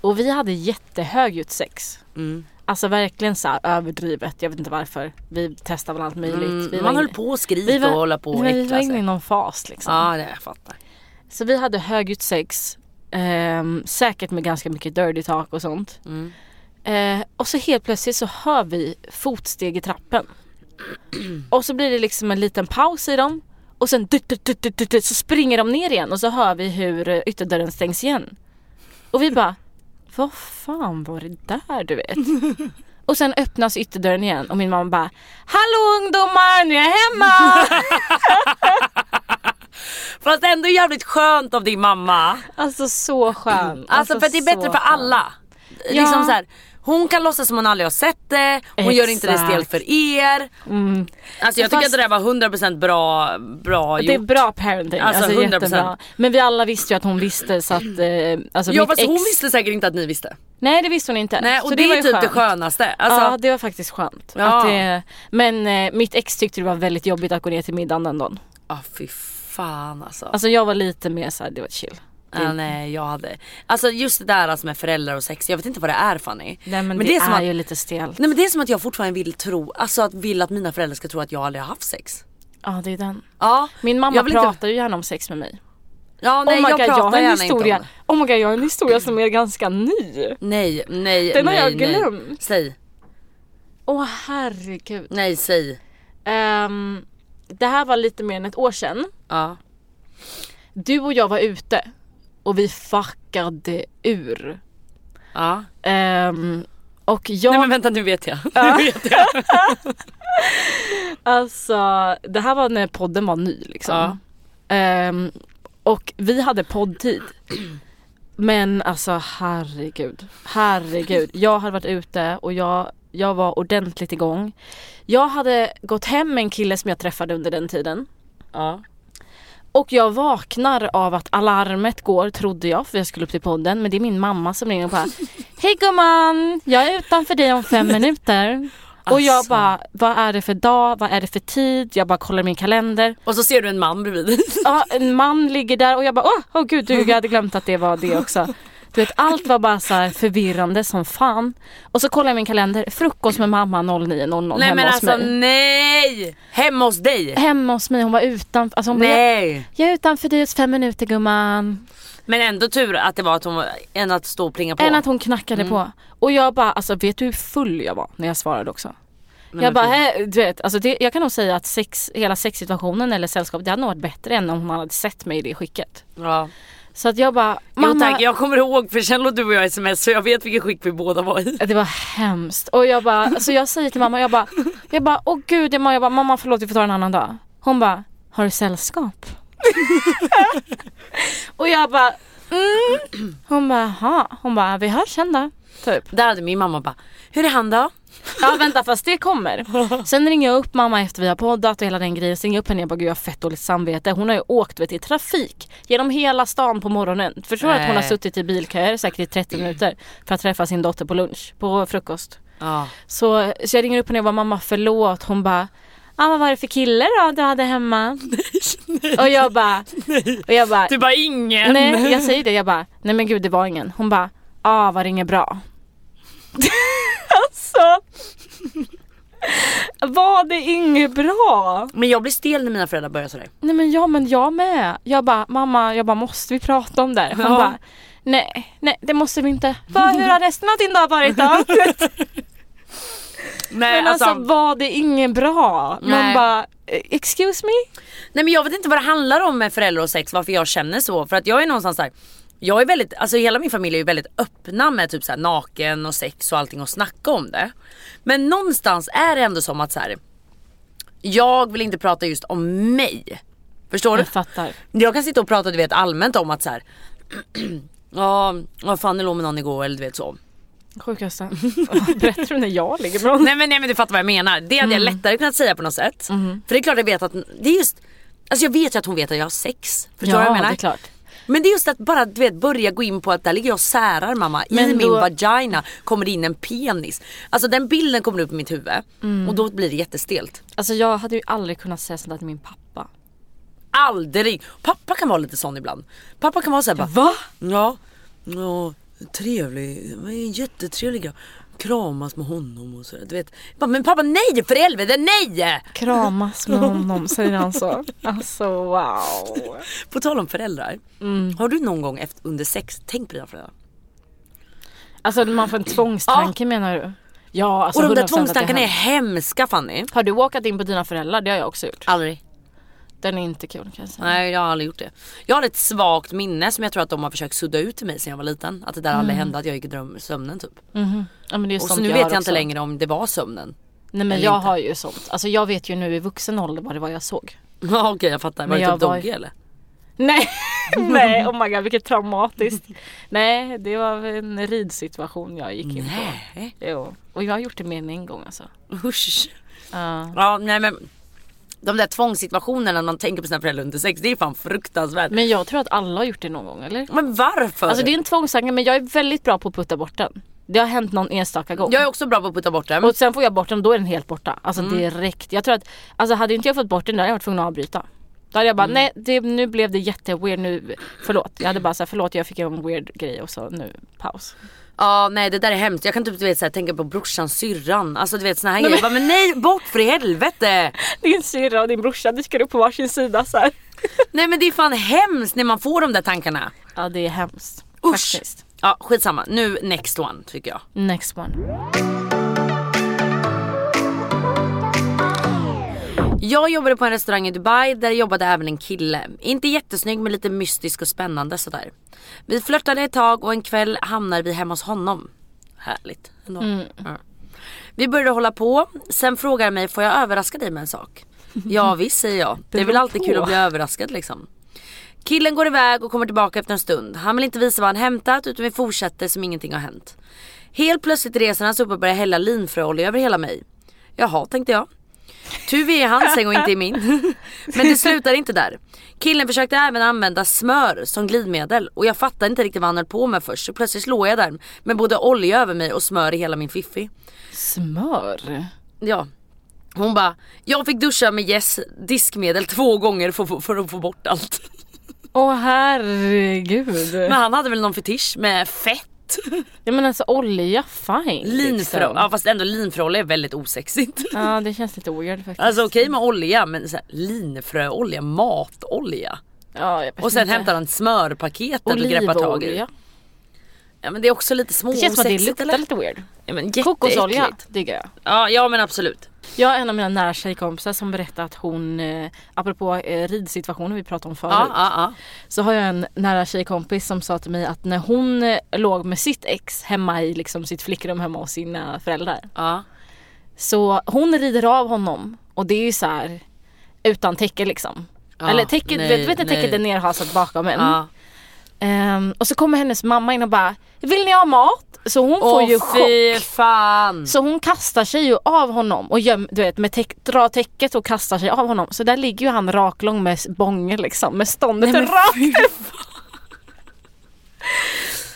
S1: Och vi hade jättehögljutt sex.
S2: Mm.
S1: Alltså verkligen så här överdrivet. Jag vet inte varför. Vi testade väl allt möjligt. vi
S2: Mm, Man
S1: var
S2: höll
S1: inne-
S2: på och skrik
S1: vi var,
S2: och hålla på och
S1: nej, men Vi var
S2: äckla
S1: inne i
S2: sig.
S1: någon fas liksom.
S2: Ja, det jag fattar.
S1: Så vi hade högljutt sex. ehm, säkert med ganska mycket dirty talk och sånt.
S2: Mm.
S1: Eh, och så helt plötsligt så hör vi fotsteg i trappen. Och så blir det liksom en liten paus i dem. Och sen dut, dut, dut, dut, dut, dut, så springer de ner igen och så hör vi hur eh, ytterdörren stängs igen. Och vi bara, vad fan var det där du vet? Och sen öppnas ytterdörren igen och min mamma bara, hallå ungdomar nu är jag hemma!
S2: Fast ändå jävligt skönt av din mamma.
S1: Alltså så skön.
S2: Alltså, för att det är
S1: så
S2: bättre för
S1: skön.
S2: alla. Liksom så här, hon kan låtsas som hon aldrig har sett det, hon gör inte det
S1: Exakt.
S2: stelt för er. Alltså jag tycker
S1: Fast-
S2: att det där var 100% bra, bra
S1: Det är
S2: gjort.
S1: bra parenting,
S2: Alltså,
S1: alltså,
S2: 100%.
S1: jättebra. Men vi alla visste ju att hon visste så att, eh, alltså
S2: Ja
S1: mitt
S2: fast
S1: ex...
S2: hon visste säkert inte att ni visste.
S1: Nej det visste hon inte.
S2: Nej och
S1: Så
S2: det,
S1: var
S2: är
S1: ju
S2: typ det
S1: skönt.
S2: skönaste. Alltså,
S1: ja det var faktiskt skönt.
S2: Ja.
S1: Att det, men eh, mitt ex tyckte det var väldigt jobbigt att gå ner till middagen den dagen.
S2: ah, fy fan alltså.
S1: Alltså jag var lite mer såhär, det var chill.
S2: Ja, nej jag hade, alltså just det där alltså med föräldrar och sex, jag vet inte vad det är Fanny.
S1: Nej men, det,
S2: är som
S1: är
S2: att,
S1: ju lite stelt.
S2: Nej men det är som att jag fortfarande vill tro, alltså att vill att mina föräldrar ska tro att jag aldrig har haft sex.
S1: Ja det är den.
S2: Ja,
S1: Min mamma
S2: jag vill
S1: pratar
S2: inte...
S1: ju gärna om sex med mig.
S2: Ja, nej,
S1: oh my
S2: jag
S1: god,
S2: pratar
S1: jag har en
S2: gärna inte om
S1: historia.
S2: det.
S1: Oh my god, jag har en historia som är ganska ny.
S2: Nej, nej,
S1: Den har
S2: nej,
S1: jag
S2: nej.
S1: glömt.
S2: Säg,
S1: Åh herregud.
S2: nej säg.
S1: Ehm, det här var lite mer än ett år sedan.
S2: Ja.
S1: Du och jag var ute och vi fuckade ur.
S2: Ja.
S1: Ehm, och jag,
S2: Nej men vänta nu vet jag. Nu vet jag.
S1: alltså det här var när podden var ny liksom.
S2: Ja.
S1: Ehm, och vi hade poddtid. Men alltså herregud, herregud. Jag hade varit ute och jag, jag var ordentligt igång. Jag hade gått hem med en kille som jag träffade under den tiden.
S2: Ja.
S1: Och jag vaknar av att alarmet går trodde jag för jag skulle upp till podden men det är min mamma som ringer och bara Hej gumman, jag är utanför dig om fem minuter. Och jag
S2: Alltså.
S1: bara, vad är det för dag, vad är det för tid? Jag bara kollar min kalender.
S2: Och så ser du en man bredvid.
S1: Ja, en man ligger där och jag bara, åh åh gud, du, jag hade glömt att det var det också. Du vet, allt var bara så här förvirrande som fan. Och så kollar jag min kalender, frukost med mamma 09.00
S2: nej
S1: hemma
S2: men
S1: hos
S2: alltså
S1: mig.
S2: nej! Hemma hos dig?
S1: Hemma hos mig, hon var utanför. Alltså hon bara, jag,
S2: Nej!
S1: jag är utanför dig om fem minuter gumman.
S2: Men ändå tur att det var att hon var, än att stå och plinga på. Mm.
S1: Än att hon knackade på. Och jag bara, alltså vet du hur full jag var när jag svarade också? jag
S2: men
S1: bara,
S2: fy.
S1: hej, du vet, alltså det, jag kan nog säga att sex, hela sexsituationen eller sällskapet, det hade nog varit bättre än om hon hade sett mig i det skicket.
S2: Ja.
S1: Så att jag bara,
S2: Jo
S1: mamma,
S2: tack, jag kommer ihåg för sen låg du och jag sms så jag vet vilken skick vi båda var i.
S1: det var hemskt. Och jag bara, så jag säger till mamma, jag bara, jag bara, åh gud, jag bara, jag bara mamma förlåt vi får ta en annan dag. Hon bara, har du sällskap? och jag bara, mm. Hon bara, jaha. Hon bara, vi hörs sen då. Typ.
S2: Där hade min mamma bara, hur är han då?
S1: Ja vänta fast det kommer. Sen ringer jag upp mamma efter vi har poddat och hela den grejen. Sen ringer jag upp henne och bara gud jag har fett dåligt samvete. Hon har ju åkt vet, i trafik genom hela stan på morgonen. Förstår du att hon har
S2: Nej.
S1: suttit i bilköer säkert i 30 minuter för att träffa sin dotter på lunch, på frukost.
S2: Ja.
S1: Så, så jag ringer upp henne och bara mamma förlåt. Hon bara ah, vad var det för kille då du hade hemma? och jag bara, och jag bara
S2: Du bara ingen.
S1: nej jag säger det jag bara nej men gud det var ingen. Hon bara ah vad det ringer bra. alltså var det inget bra?
S2: Men jag blir stel när mina föräldrar börjar sådär.
S1: Nej men ja men jag med. Jag bara mamma jag bara måste vi prata om det här? Hon
S2: Ja.
S1: bara nej nej det måste vi inte. Va, hur har resten av din dag varit då?
S2: Nej,
S1: men alltså var det inget bra? Man
S2: Nej.
S1: bara eh, excuse me?
S2: nej men jag vet inte vad det handlar om med föräldrar och sex, varför jag känner så. För att jag är någonstans där. Jag är väldigt, alltså hela min familj är ju väldigt öppna med typ såhär naken och sex och allting och snacka om det. Men någonstans är det ändå som att såhär, jag vill inte prata just om mig. Förstår du?
S1: Jag fattar.
S2: Jag kan sitta och prata du vet allmänt om att så här. Ja, vad fan det låg med någon igår eller du vet så.
S1: Sjukaste. Berättar du när jag ligger med honom?
S2: Nej men, nej men du fattar vad jag menar. Det hade
S1: Mm.
S2: jag lättare kunnat säga på något sätt.
S1: Mhm.
S2: För det är klart jag vet att, det är just, alltså jag vet ju att hon vet att jag har sex. Förstår du vad
S1: ja
S2: jag menar?
S1: det är klart.
S2: Men det är just att bara du vet börja gå in på att där ligger jag och särar mamma. I
S1: Men
S2: min
S1: då-
S2: vagina kommer det in en penis. Alltså den bilden kommer upp i mitt huvud
S1: Mm.
S2: och då blir det jättestelt.
S1: Alltså jag hade ju aldrig kunnat säga sånt där till min pappa.
S2: Aldrig! Pappa kan vara lite sån ibland. Pappa kan vara såhär bara
S1: Va?
S2: Ja, ja trevlig, Han är jättetrevlig grabb. Kramas med honom och sådär. Du vet. Jag bara, Men pappa nej för helvete nej!
S1: Kramas med honom säger han så. Alltså wow.
S2: På tal om föräldrar.
S1: Mm.
S2: Har du någon gång efter, under sex tänkt på dina föräldrar?
S1: Alltså man får en tvångstanke menar du? Ja alltså
S2: och de
S1: 100%
S2: där
S1: att det
S2: tvångstankarna är
S1: händer.
S2: hemska Fanny.
S1: Har du åkat in på dina föräldrar? Det har jag också gjort.
S2: Aldrig.
S1: Den är inte kul kan jag säga.
S2: Nej jag har aldrig gjort det. Jag har ett svagt minne som jag tror att de har försökt sudda ut till mig sen jag var liten. Att det där aldrig hände, att jag gick i dröm, sömnen typ.
S1: Ja, men det är
S2: Och så
S1: Mm. sånt
S2: nu vet
S1: jag har
S2: jag inte
S1: också.
S2: längre om det var sömnen.
S1: Nej men
S2: Eller
S1: jag
S2: inte.
S1: har ju sånt. Alltså jag vet ju nu i vuxen ålder vad det var jag såg.
S2: Ja okej jag fattar, var
S1: Men
S2: det
S1: jag
S2: typ
S1: var-
S2: Dogge eller?
S1: Nej, nej oh my god vilket traumatiskt. nej det var en ridsituation jag gick in på.
S2: Nej.
S1: Jo. Och jag har gjort det mer än en gång alltså.
S2: Usch.
S1: Ja.
S2: Ja, nej men de där tvångssituationerna när man tänker på sina föräldrar under sex, det är fan fruktansvärt. Men,
S1: Men jag tror att alla har gjort det någon gång eller?
S2: varför?
S1: Alltså det är en tvångstanke men jag är väldigt bra på att putta bort den. Det har hänt någon enstaka gång.
S2: Jag är också bra på att putta bort det.
S1: Och sen Mm. får jag bort den då är den helt borta. Alltså direkt. Jag tror att, alltså hade inte jag fått bort den där hade jag varit tvungen att avbryta. Då hade jag bara, nej det, nu blev det jätteweird nu, förlåt. Jag hade bara såhär, förlåt jag fick göra en weird grej och så nu paus.
S2: Ja nej det där är hemskt. Jag kan typ du vet, så här, tänka på brorsan, syrran. Alltså du vet såna här grejer. Jag bara, Men nej bort för i helvete.
S1: Din syrra och din brorsa dyker upp på varsin sida så här.
S2: Nej men det är fan hemskt när man får de där tankarna.
S1: Ja det är hemskt.
S2: Usch.
S1: Faktiskt.
S2: Ja skitsamma. Nu next one tycker jag.
S1: Next one.
S2: Jag jobbade på en restaurang i Dubai där jobbade även en kille. Inte jättesnygg men lite mystisk och spännande sådär. Vi flörtade ett tag och en kväll hamnar vi hemma hos honom. Härligt ändå.
S1: Mm.
S2: Ja. Vi började hålla på, sen frågar han mig får jag överraska dig med en sak? Ja visst säger jag. Det är väl
S1: beror
S2: alltid kul
S1: på.
S2: att bli överraskad liksom. Killen går iväg och kommer tillbaka efter en stund. Han vill inte visa vad han hämtat utan vi fortsätter som ingenting har hänt. Helt plötsligt reser han sig upp och börjar hälla linfröolja över hela mig. Jaha tänkte jag. Tur vi är i hans säng och inte i min. Men det slutar inte där. Killen försökte även använda smör som glidmedel och jag fattade inte riktigt vad han höll på med först så plötsligt låg jag där med både olja över mig och smör i hela min fiffi.
S1: Smör.
S2: Ja. Hon bara, jag fick duscha med Yes diskmedel två gånger för, för att få bort allt.
S1: Åh herregud.
S2: Men han hade väl någon fetisch med fett?
S1: Ja men alltså olja, fine.
S2: Linfrö,
S1: liksom.
S2: ja fast ändå linfröolja är väldigt osexigt.
S1: Ja det känns lite weird faktiskt.
S2: Alltså okej med olja men så här, linfröolja, matolja.
S1: ja, jag vet
S2: Och sen
S1: inte.
S2: hämtar han ett smörpaket där du greppar tag i.
S1: Olivolja.
S2: Ja men det är också lite
S1: Det känns som att det
S2: småosexigt
S1: luktar
S2: eller?
S1: lite weird.
S2: Ja, men jätteäckligt.
S1: Kokosolja diggar jag.
S2: Ja, ja men absolut.
S1: Jag har en av mina nära tjejkompisar som berättade att hon, eh, apropå eh, ridsituationen vi pratade om förut.
S2: Ja, ja, ja.
S1: Så har jag en nära tjejkompis som sa till mig att när hon eh, låg med sitt ex hemma i liksom sitt flickrum hemma hos sina föräldrar.
S2: ja.
S1: Så hon rider av honom och det är ju så här utan täcke liksom.
S2: Ja,
S1: Eller täcket,
S2: nej,
S1: vet du vet när
S2: nej.
S1: täcket är nerhasat bakom en.
S2: ja.
S1: Ehm, och så kommer hennes mamma in och bara Vill ni ha mat? Så hon får
S2: Åh
S1: ju
S2: fy
S1: chock.
S2: fan.
S1: Mm. Så hon kastar sig ju av honom och göm, du vet, med täck, drar täcket och kastar sig av honom. Så där ligger ju han raklång med s- bången liksom, med ståndet rakt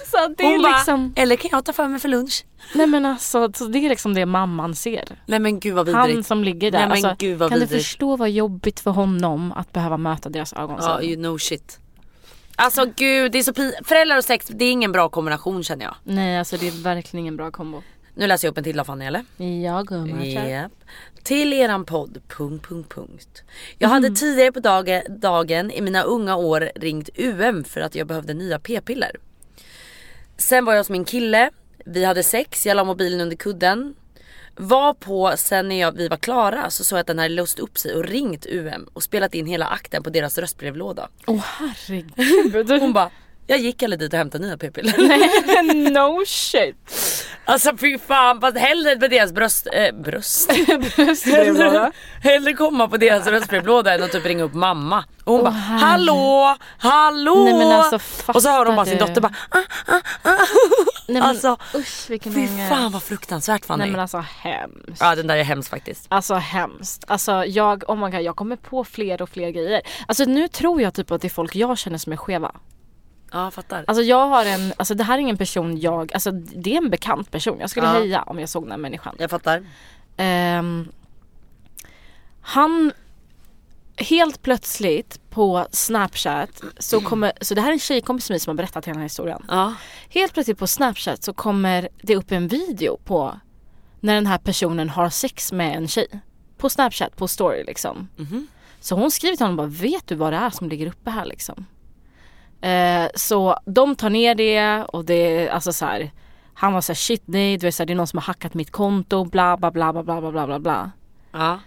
S1: Så det
S2: Hon
S1: är
S2: bara,
S1: liksom,
S2: eller kan jag ta för mig för lunch?
S1: nej men alltså så det är liksom det mamman ser.
S2: Nej men gud vad vidrigt.
S1: Han som ligger där.
S2: Nej, men
S1: alltså,
S2: gud, vad
S1: kan du
S2: vidrigt.
S1: förstå vad jobbigt för honom att behöva möta deras ögon så?
S2: Ja you know shit. Alltså gud det är så pin- Föräldrar och sex det är ingen bra kombination känner jag.
S1: Nej alltså det är verkligen ingen bra kombo.
S2: Nu läser jag upp en till av Fanny eller?
S1: Ja gumman.
S2: Japp. Till eran podd, punkt, punkt, punkt. Jag hade tidigare på dag- dagen i mina unga år ringt UM för att jag behövde nya p-piller. Sen var jag hos min kille, vi hade sex, jag la mobilen under kudden. Var på sen när jag, vi var klara så såg jag att den hade låst upp sig och ringt UM och spelat in hela akten på deras röstbrevlåda.
S1: Åh herregud.
S2: Hon bara, jag gick aldrig dit och hämtade nya p-piller.
S1: no shit.
S2: alltså fy fan, fast hellre med deras bröst, eh, bröst. Hellre, hellre komma på deras röstbrevlåda än att typ ringa upp mamma. Och hon bara hallå, hallå!
S1: Nej, men alltså,
S2: och så hör hon bara
S1: fattar
S2: sin dotter
S1: du?
S2: bara ah, ah, ah.
S1: Nej, men,
S2: Alltså
S1: usch vilken
S2: fy
S1: ångest.
S2: fan vad fruktansvärt Fanny.
S1: Nej men alltså hemskt.
S2: Ja den där är hemsk faktiskt.
S1: Alltså hemskt. Alltså jag, oh my god, jag kommer på fler och fler grejer. Alltså nu tror jag typ att det är folk jag känner som är skeva.
S2: Ja jag fattar.
S1: Alltså jag har en, alltså det här är ingen person jag, alltså det är en bekant person. Jag skulle
S2: Ja.
S1: heja om jag såg den här människan.
S2: jag fattar.
S1: Ehm, han, helt plötsligt på snapchat så kommer, så det här är en tjejkompis till mig som har berättat hela den här historien.
S2: Ja.
S1: Helt plötsligt på snapchat så kommer det upp en video på när den här personen har sex med en tjej. På snapchat, på story liksom. Så hon skriver till honom bara, vet du vad det är som ligger uppe här liksom? Eh, så de tar ner det och det är alltså så här. Han var så här, shit nej, du vet, så här, det är någon som har hackat mitt konto, bla bla bla bla bla bla bla bla bla.
S2: Ja.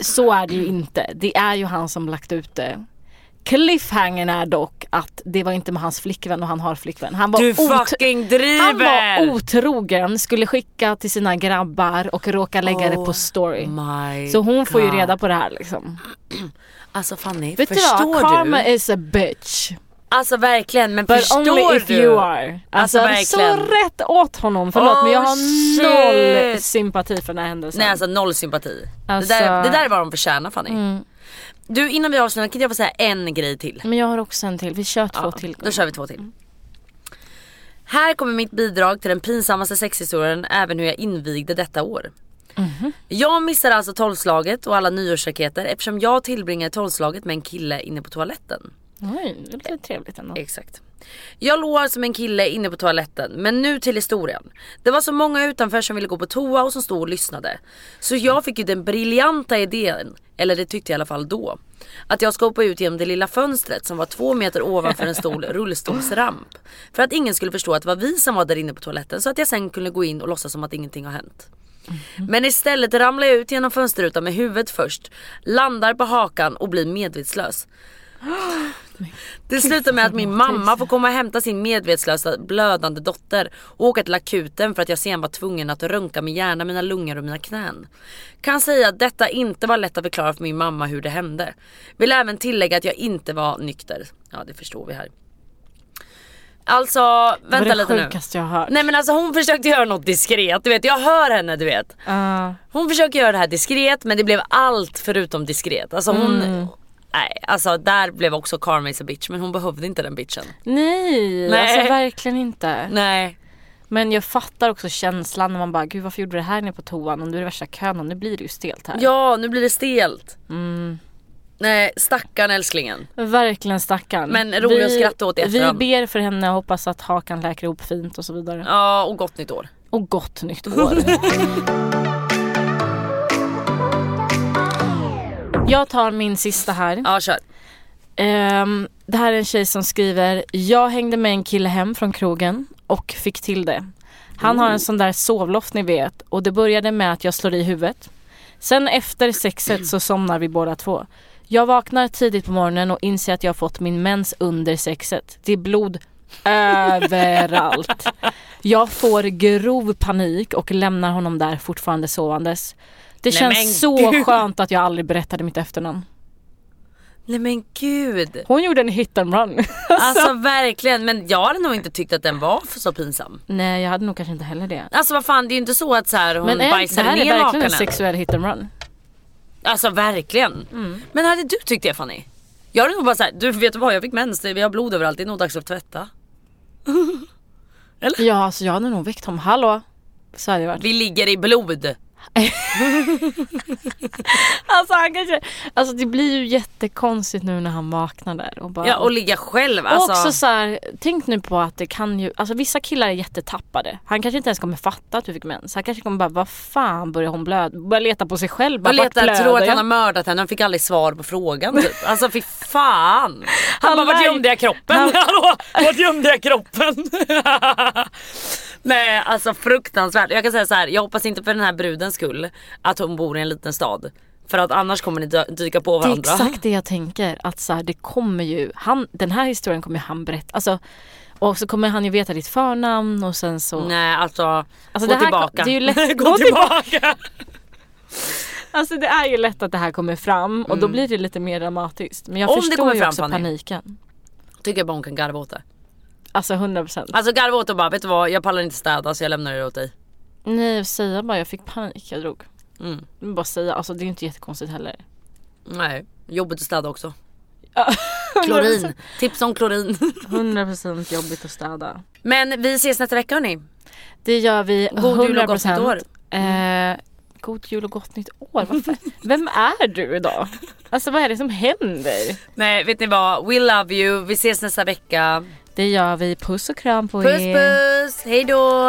S1: Så är det ju inte. Det är ju han som lagt ut det. Cliffhangern är dock att det var inte med hans flickvän och han har flickvän. Han var
S2: Du
S1: ot-
S2: fucking
S1: han var
S2: driver!
S1: otrogen, skulle skicka till sina grabbar och råka lägga det på story.
S2: Oh my
S1: Så hon får ju
S2: God.
S1: reda på det här liksom.
S2: Alltså Fanny,
S1: Vet du
S2: förstår
S1: vad?
S2: du?
S1: Karma is a bitch.
S2: Alltså verkligen men
S1: But
S2: förstår
S1: only if you
S2: du?
S1: are.
S2: Alltså,
S1: Alltså,
S2: verkligen.
S1: så rätt åt honom. Förlåt
S2: Oh,
S1: men jag har
S2: shit.
S1: noll sympati för den här händelsen.
S2: Nej alltså noll sympati.
S1: Alltså- Mm.
S2: Det, där, det där är vad de förtjänar Fanny. Du innan vi avslutar kan jag få säga en grej till.
S1: Men jag har också en till. Vi kör två
S2: Ja,
S1: till. Mm.
S2: Då kör vi två till. Här kommer mitt bidrag till den pinsammaste sexhistorien även hur jag invigde detta år.
S1: Mhm.
S2: Jag missar alltså tolvslaget och alla nyårsraketer eftersom jag tillbringar tolvslaget med en kille inne på toaletten.
S1: Oj, det låter trevligt ändå.
S2: Exakt. Jag låg som en kille inne på toaletten men nu till historien. Det var så många utanför som ville gå på toa och som stod och lyssnade. Så jag fick ju den briljanta idén, eller det tyckte jag i alla fall då. Att jag ska hoppa ut genom det lilla fönstret som var två meter ovanför en stol rullstolsramp. För att ingen skulle förstå att det var vi som var där inne på toaletten så att jag sen kunde gå in och låtsas som att ingenting har hänt. Men istället ramlar jag ut genom fönsterrutan med huvudet först, landar på hakan och blir medvetslös. Det slutar med att min mamma får komma och hämta sin medvetslösa blödande dotter och åka till akuten för att jag sen var tvungen att röntga min hjärna, mina lungor och mina knän. Kan säga att detta inte var lätt att förklara för min mamma hur det hände. Vill även tillägga att jag inte var nykter. Ja det förstår vi här. Alltså
S1: Det var
S2: vänta
S1: det
S2: lite nu.
S1: sjukaste jag har hört.
S2: Nej men alltså hon försökte göra något diskret, du vet jag hör henne du vet.
S1: Ah.
S2: Hon försöker göra det här diskret men det blev allt förutom diskret. Alltså hon,
S1: Mm.
S2: nej alltså där blev också Carmen is a bitch men hon behövde inte den bitchen.
S1: Nej,
S2: Nej.
S1: alltså verkligen inte.
S2: Nej.
S1: Men jag fattar också känslan när man bara, gud varför gjorde du det här inne på toan? Om du är det värsta kön och nu blir det ju stelt här.
S2: Ja nu blir det stelt.
S1: Mm.
S2: Nej stackarn älsklingen.
S1: Verkligen stackarn.
S2: Men rolig att skratta åt i
S1: Vi
S2: efterhand.
S1: ber för henne och hoppas att hakan läker ihop fint och så vidare.
S2: Ja och gott nytt år.
S1: Och gott nytt år. jag tar min sista här.
S2: Ja kör.
S1: Ehm, det här är en tjej som skriver, jag hängde med en kille hem från krogen och fick till det. Han har en sån där sovloft ni vet och det började med att jag slår i huvudet. Sen efter sexet så somnar vi båda två. Jag vaknar tidigt på morgonen och inser att jag fått min mens under sexet. Det är blod överallt. Jag får grov panik och lämnar honom där fortfarande sovandes. Det
S2: Nej, men
S1: känns så
S2: gud.
S1: skönt att jag aldrig berättade mitt efternamn.
S2: Nej men gud.
S1: Hon gjorde en hit and run.
S2: Alltså verkligen men jag hade nog inte tyckt att den var för så pinsam.
S1: Nej jag hade nog kanske inte heller det.
S2: Alltså vad fan det är ju inte så att så här, hon
S1: Men är, det
S2: bajsade
S1: här
S2: ner
S1: är verkligen en
S2: lakanen.
S1: sexuell hit and run.
S2: Alltså verkligen. Men hade du tyckt det Fanny? Jag hade nog bara såhär, du vet du vad jag fick mens, det- vi har blod överallt, det är nog dags att tvätta.
S1: Ja alltså jag hade nog väckt honom, hallå? Så hade jag varit.
S2: Vi ligger i blod.
S1: Alltså, han kanske, alltså det blir ju jättekonstigt nu när han vaknar där och bara...
S2: Ja och ligga själv
S1: och
S2: alltså.
S1: också så här, tänk nu på att det kan ju, alltså vissa killar är jättetappade. Han kanske inte ens kommer fatta att du fick mens. Han kanske kommer bara, vad fan börjar hon blöda? Börjar leta på sig själv. Bara,
S2: och
S1: "Vart
S2: letar,
S1: blöder
S2: tror att
S1: jag?"
S2: han har mördat henne, han fick aldrig svar på frågan typ. Alltså fy fan. Han, bara, vart
S1: lär-
S2: gömde jag kroppen?
S1: han-
S2: Hallå, vart gömde jag kroppen? Nej alltså fruktansvärt. Jag kan säga så här, jag hoppas inte för den här brudens skull att hon bor i en liten stad. För att annars kommer ni dö- dyka på
S1: Det är
S2: varandra.
S1: exakt det jag tänker. Att så här, det kommer ju, han, den här historien kommer ju han berätta. Alltså, och så kommer han ju veta ditt förnamn och sen så...
S2: Nej alltså,
S1: Alltså,
S2: gå
S1: det här-
S2: tillbaka.
S1: det är ju lätt-
S2: gå
S1: gå
S2: tillbaka.
S1: Alltså det är ju lätt att det här kommer fram och då blir det lite mer dramatiskt. Men jag
S2: Mm. Om det
S1: förstår
S2: kommer
S1: ju
S2: fram,
S1: också
S2: Fanny.
S1: paniken.
S2: Tycker jag bara hon kan garva åt det.
S1: Alltså 100 procent.
S2: Alltså garva åt och bara, vet du vad jag pallar inte städa så jag lämnar det åt dig.
S1: Nej, säga bara jag fick panik, jag drog.
S2: Mm.
S1: Men Bara säga, alltså det är ju inte jättekonstigt heller.
S2: Nej, jobbigt att städa också.
S1: Ja.
S2: Klorin, tips om klorin.
S1: 100 procent jobbigt att städa.
S2: Men vi ses nästa vecka hörni.
S1: Det gör vi 100
S2: God jul och gott nytt år.
S1: Eh, god jul och gott nytt år. Varför? Vem är du idag? Alltså vad är det som händer?
S2: Nej vet ni vad, we love you, vi ses nästa vecka.
S1: Det gör vi. Puss och kram på
S2: Puss
S1: er.
S2: puss, hejdå.